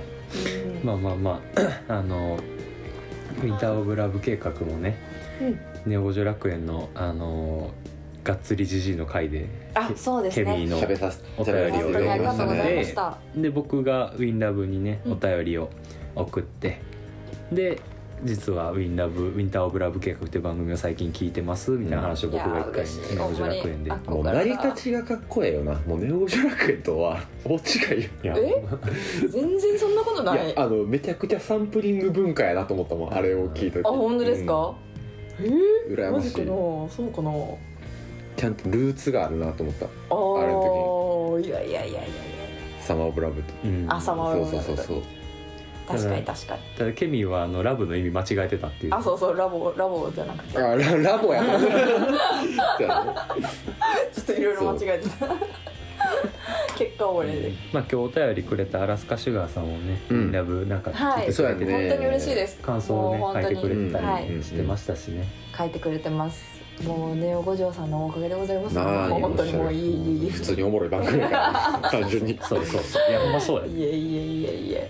Speaker 2: うん
Speaker 1: まあまあまああのウィンター・オブ・ラブ計画もね
Speaker 2: うん
Speaker 1: ネオ・ジョ楽園のあのがっつりじじいの回で
Speaker 2: あそうです
Speaker 1: ケビー
Speaker 2: ね
Speaker 1: の
Speaker 3: 喋させ
Speaker 1: お便
Speaker 3: 喋ら
Speaker 1: り
Speaker 3: せ
Speaker 1: を
Speaker 3: てい
Speaker 1: い
Speaker 3: た
Speaker 1: た
Speaker 3: だ
Speaker 1: だ
Speaker 2: あ
Speaker 1: き
Speaker 2: り
Speaker 1: ましたの
Speaker 2: がとうございま
Speaker 1: で
Speaker 2: した
Speaker 1: で僕がウィンラブにね
Speaker 2: うん
Speaker 1: お便りを送って、で実はウィンラブウィンター・オブ・ラブ計画っていう番組を最近聞いてますみたいな話を僕が一回
Speaker 2: いやー嬉しい
Speaker 1: ネオ・ジョ楽園で
Speaker 2: ほんまに
Speaker 3: もう成り立ちがかっこええよなもうネオ・ジョ楽園とは大違いよ
Speaker 1: いや
Speaker 2: え全然そんなことないい
Speaker 3: やあのめちゃくちゃサンプリング文化やなと思ったもんあれを聞いた時
Speaker 2: あ本当ですか、え
Speaker 3: うん
Speaker 2: え
Speaker 3: 羨
Speaker 2: マ
Speaker 3: まし
Speaker 2: ジ
Speaker 3: い
Speaker 2: かなそうかな
Speaker 3: ちゃんとルーツがあるなと思った
Speaker 2: あ
Speaker 3: あれ
Speaker 2: ーいやいやいやいやいや
Speaker 3: サマー・オブ・ラブって
Speaker 1: うん
Speaker 2: 朝も
Speaker 3: そうそうそうそう
Speaker 2: 確かに確かに
Speaker 1: ただケミーはあのラブの意味間違えてたっていう
Speaker 2: あそうそうラボラボじゃなくて
Speaker 3: あララボやなそうや ね
Speaker 2: ちょっといろいろ間違えてた 結果俺で、
Speaker 1: まあ、今日お便りくれたアラスカシュガーさんもね「
Speaker 3: うん
Speaker 1: ウィンラブ」なんか
Speaker 2: は
Speaker 1: 聞いてく
Speaker 2: い
Speaker 1: れて、
Speaker 3: そうやね
Speaker 2: 本当に嬉しいです
Speaker 1: 感想をね
Speaker 2: もう本
Speaker 1: 書
Speaker 2: 当
Speaker 1: い
Speaker 2: に
Speaker 1: てくれ
Speaker 2: は
Speaker 1: た
Speaker 2: い
Speaker 1: りしてましたしね、
Speaker 2: 書いてくれてますもうネオ五条さんのおかげでございます
Speaker 3: なあ
Speaker 2: もう本当にもういいいいいい
Speaker 3: 普通におもろい番組やから単純に
Speaker 1: そうそうそういやほんまそうやね
Speaker 2: いえいえいえいえ
Speaker 1: いや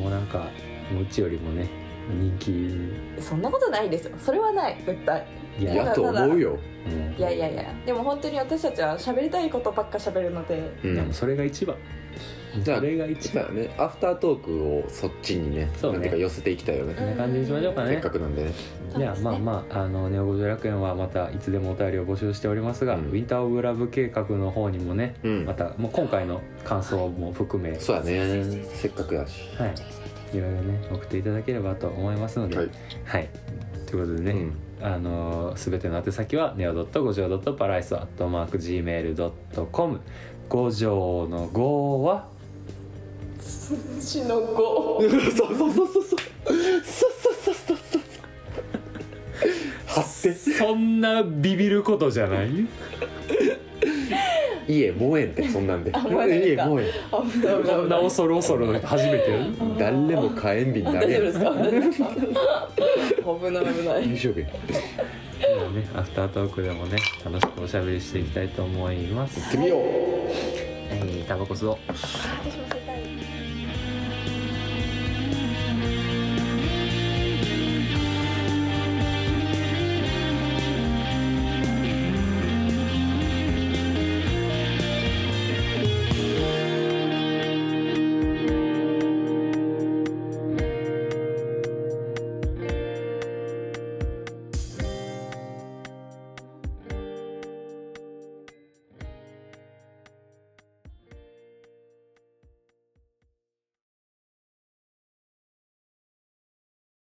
Speaker 1: もうなんかもううちよりもね人気
Speaker 2: そんなことないですよそれはない絶対
Speaker 1: いや
Speaker 3: いやと思うよ
Speaker 1: うん
Speaker 2: いやいやいやでも本当に私たちは喋りたいことばっか喋るので
Speaker 3: う
Speaker 1: で
Speaker 3: ん
Speaker 1: もそれが一番
Speaker 3: じゃあ
Speaker 1: それが一
Speaker 3: ま
Speaker 1: 番
Speaker 3: あねアフタートークをそっちにね
Speaker 1: そうね
Speaker 3: なんていうか寄せていきたいよね
Speaker 1: こんな感じにしましょうか
Speaker 3: せっ
Speaker 1: ね
Speaker 3: かくなんでね
Speaker 1: じゃあまあまああのネオゴジ楽園はまたいつでもお便りを募集しておりますが、
Speaker 3: うん
Speaker 1: ウィンター・オブ・ラブ計画の方にもね
Speaker 3: うん
Speaker 1: またもう今回の感想も含め、
Speaker 3: そうやねせっかくやし
Speaker 1: はい、いろいろね送っていただければと思いますので、
Speaker 3: は
Speaker 1: はいいということで
Speaker 3: う
Speaker 1: ね、
Speaker 3: ん
Speaker 1: あのー、全ての宛先は neo.5条.paradise.gmail.com 五条の五は
Speaker 2: 死の子
Speaker 3: そうそうそうそうそうそうそうそうそうそう発生
Speaker 1: そんなビビることじゃない
Speaker 3: 家萌えんってそんなんで
Speaker 2: あ萌えん
Speaker 3: 家
Speaker 2: か
Speaker 3: 萌えん
Speaker 2: 危ない危ない
Speaker 1: こんな恐る恐る初めて
Speaker 3: 誰も火炎瓶投
Speaker 2: 大
Speaker 3: げ
Speaker 2: 丈夫
Speaker 3: ん
Speaker 2: ですか危 ない危ない
Speaker 3: 大丈夫や
Speaker 1: もうねアフタートークでもね楽しくおしゃべりしていきたいと思います
Speaker 3: 行ってみよう
Speaker 1: はいタバコ吸おう
Speaker 2: 私も世界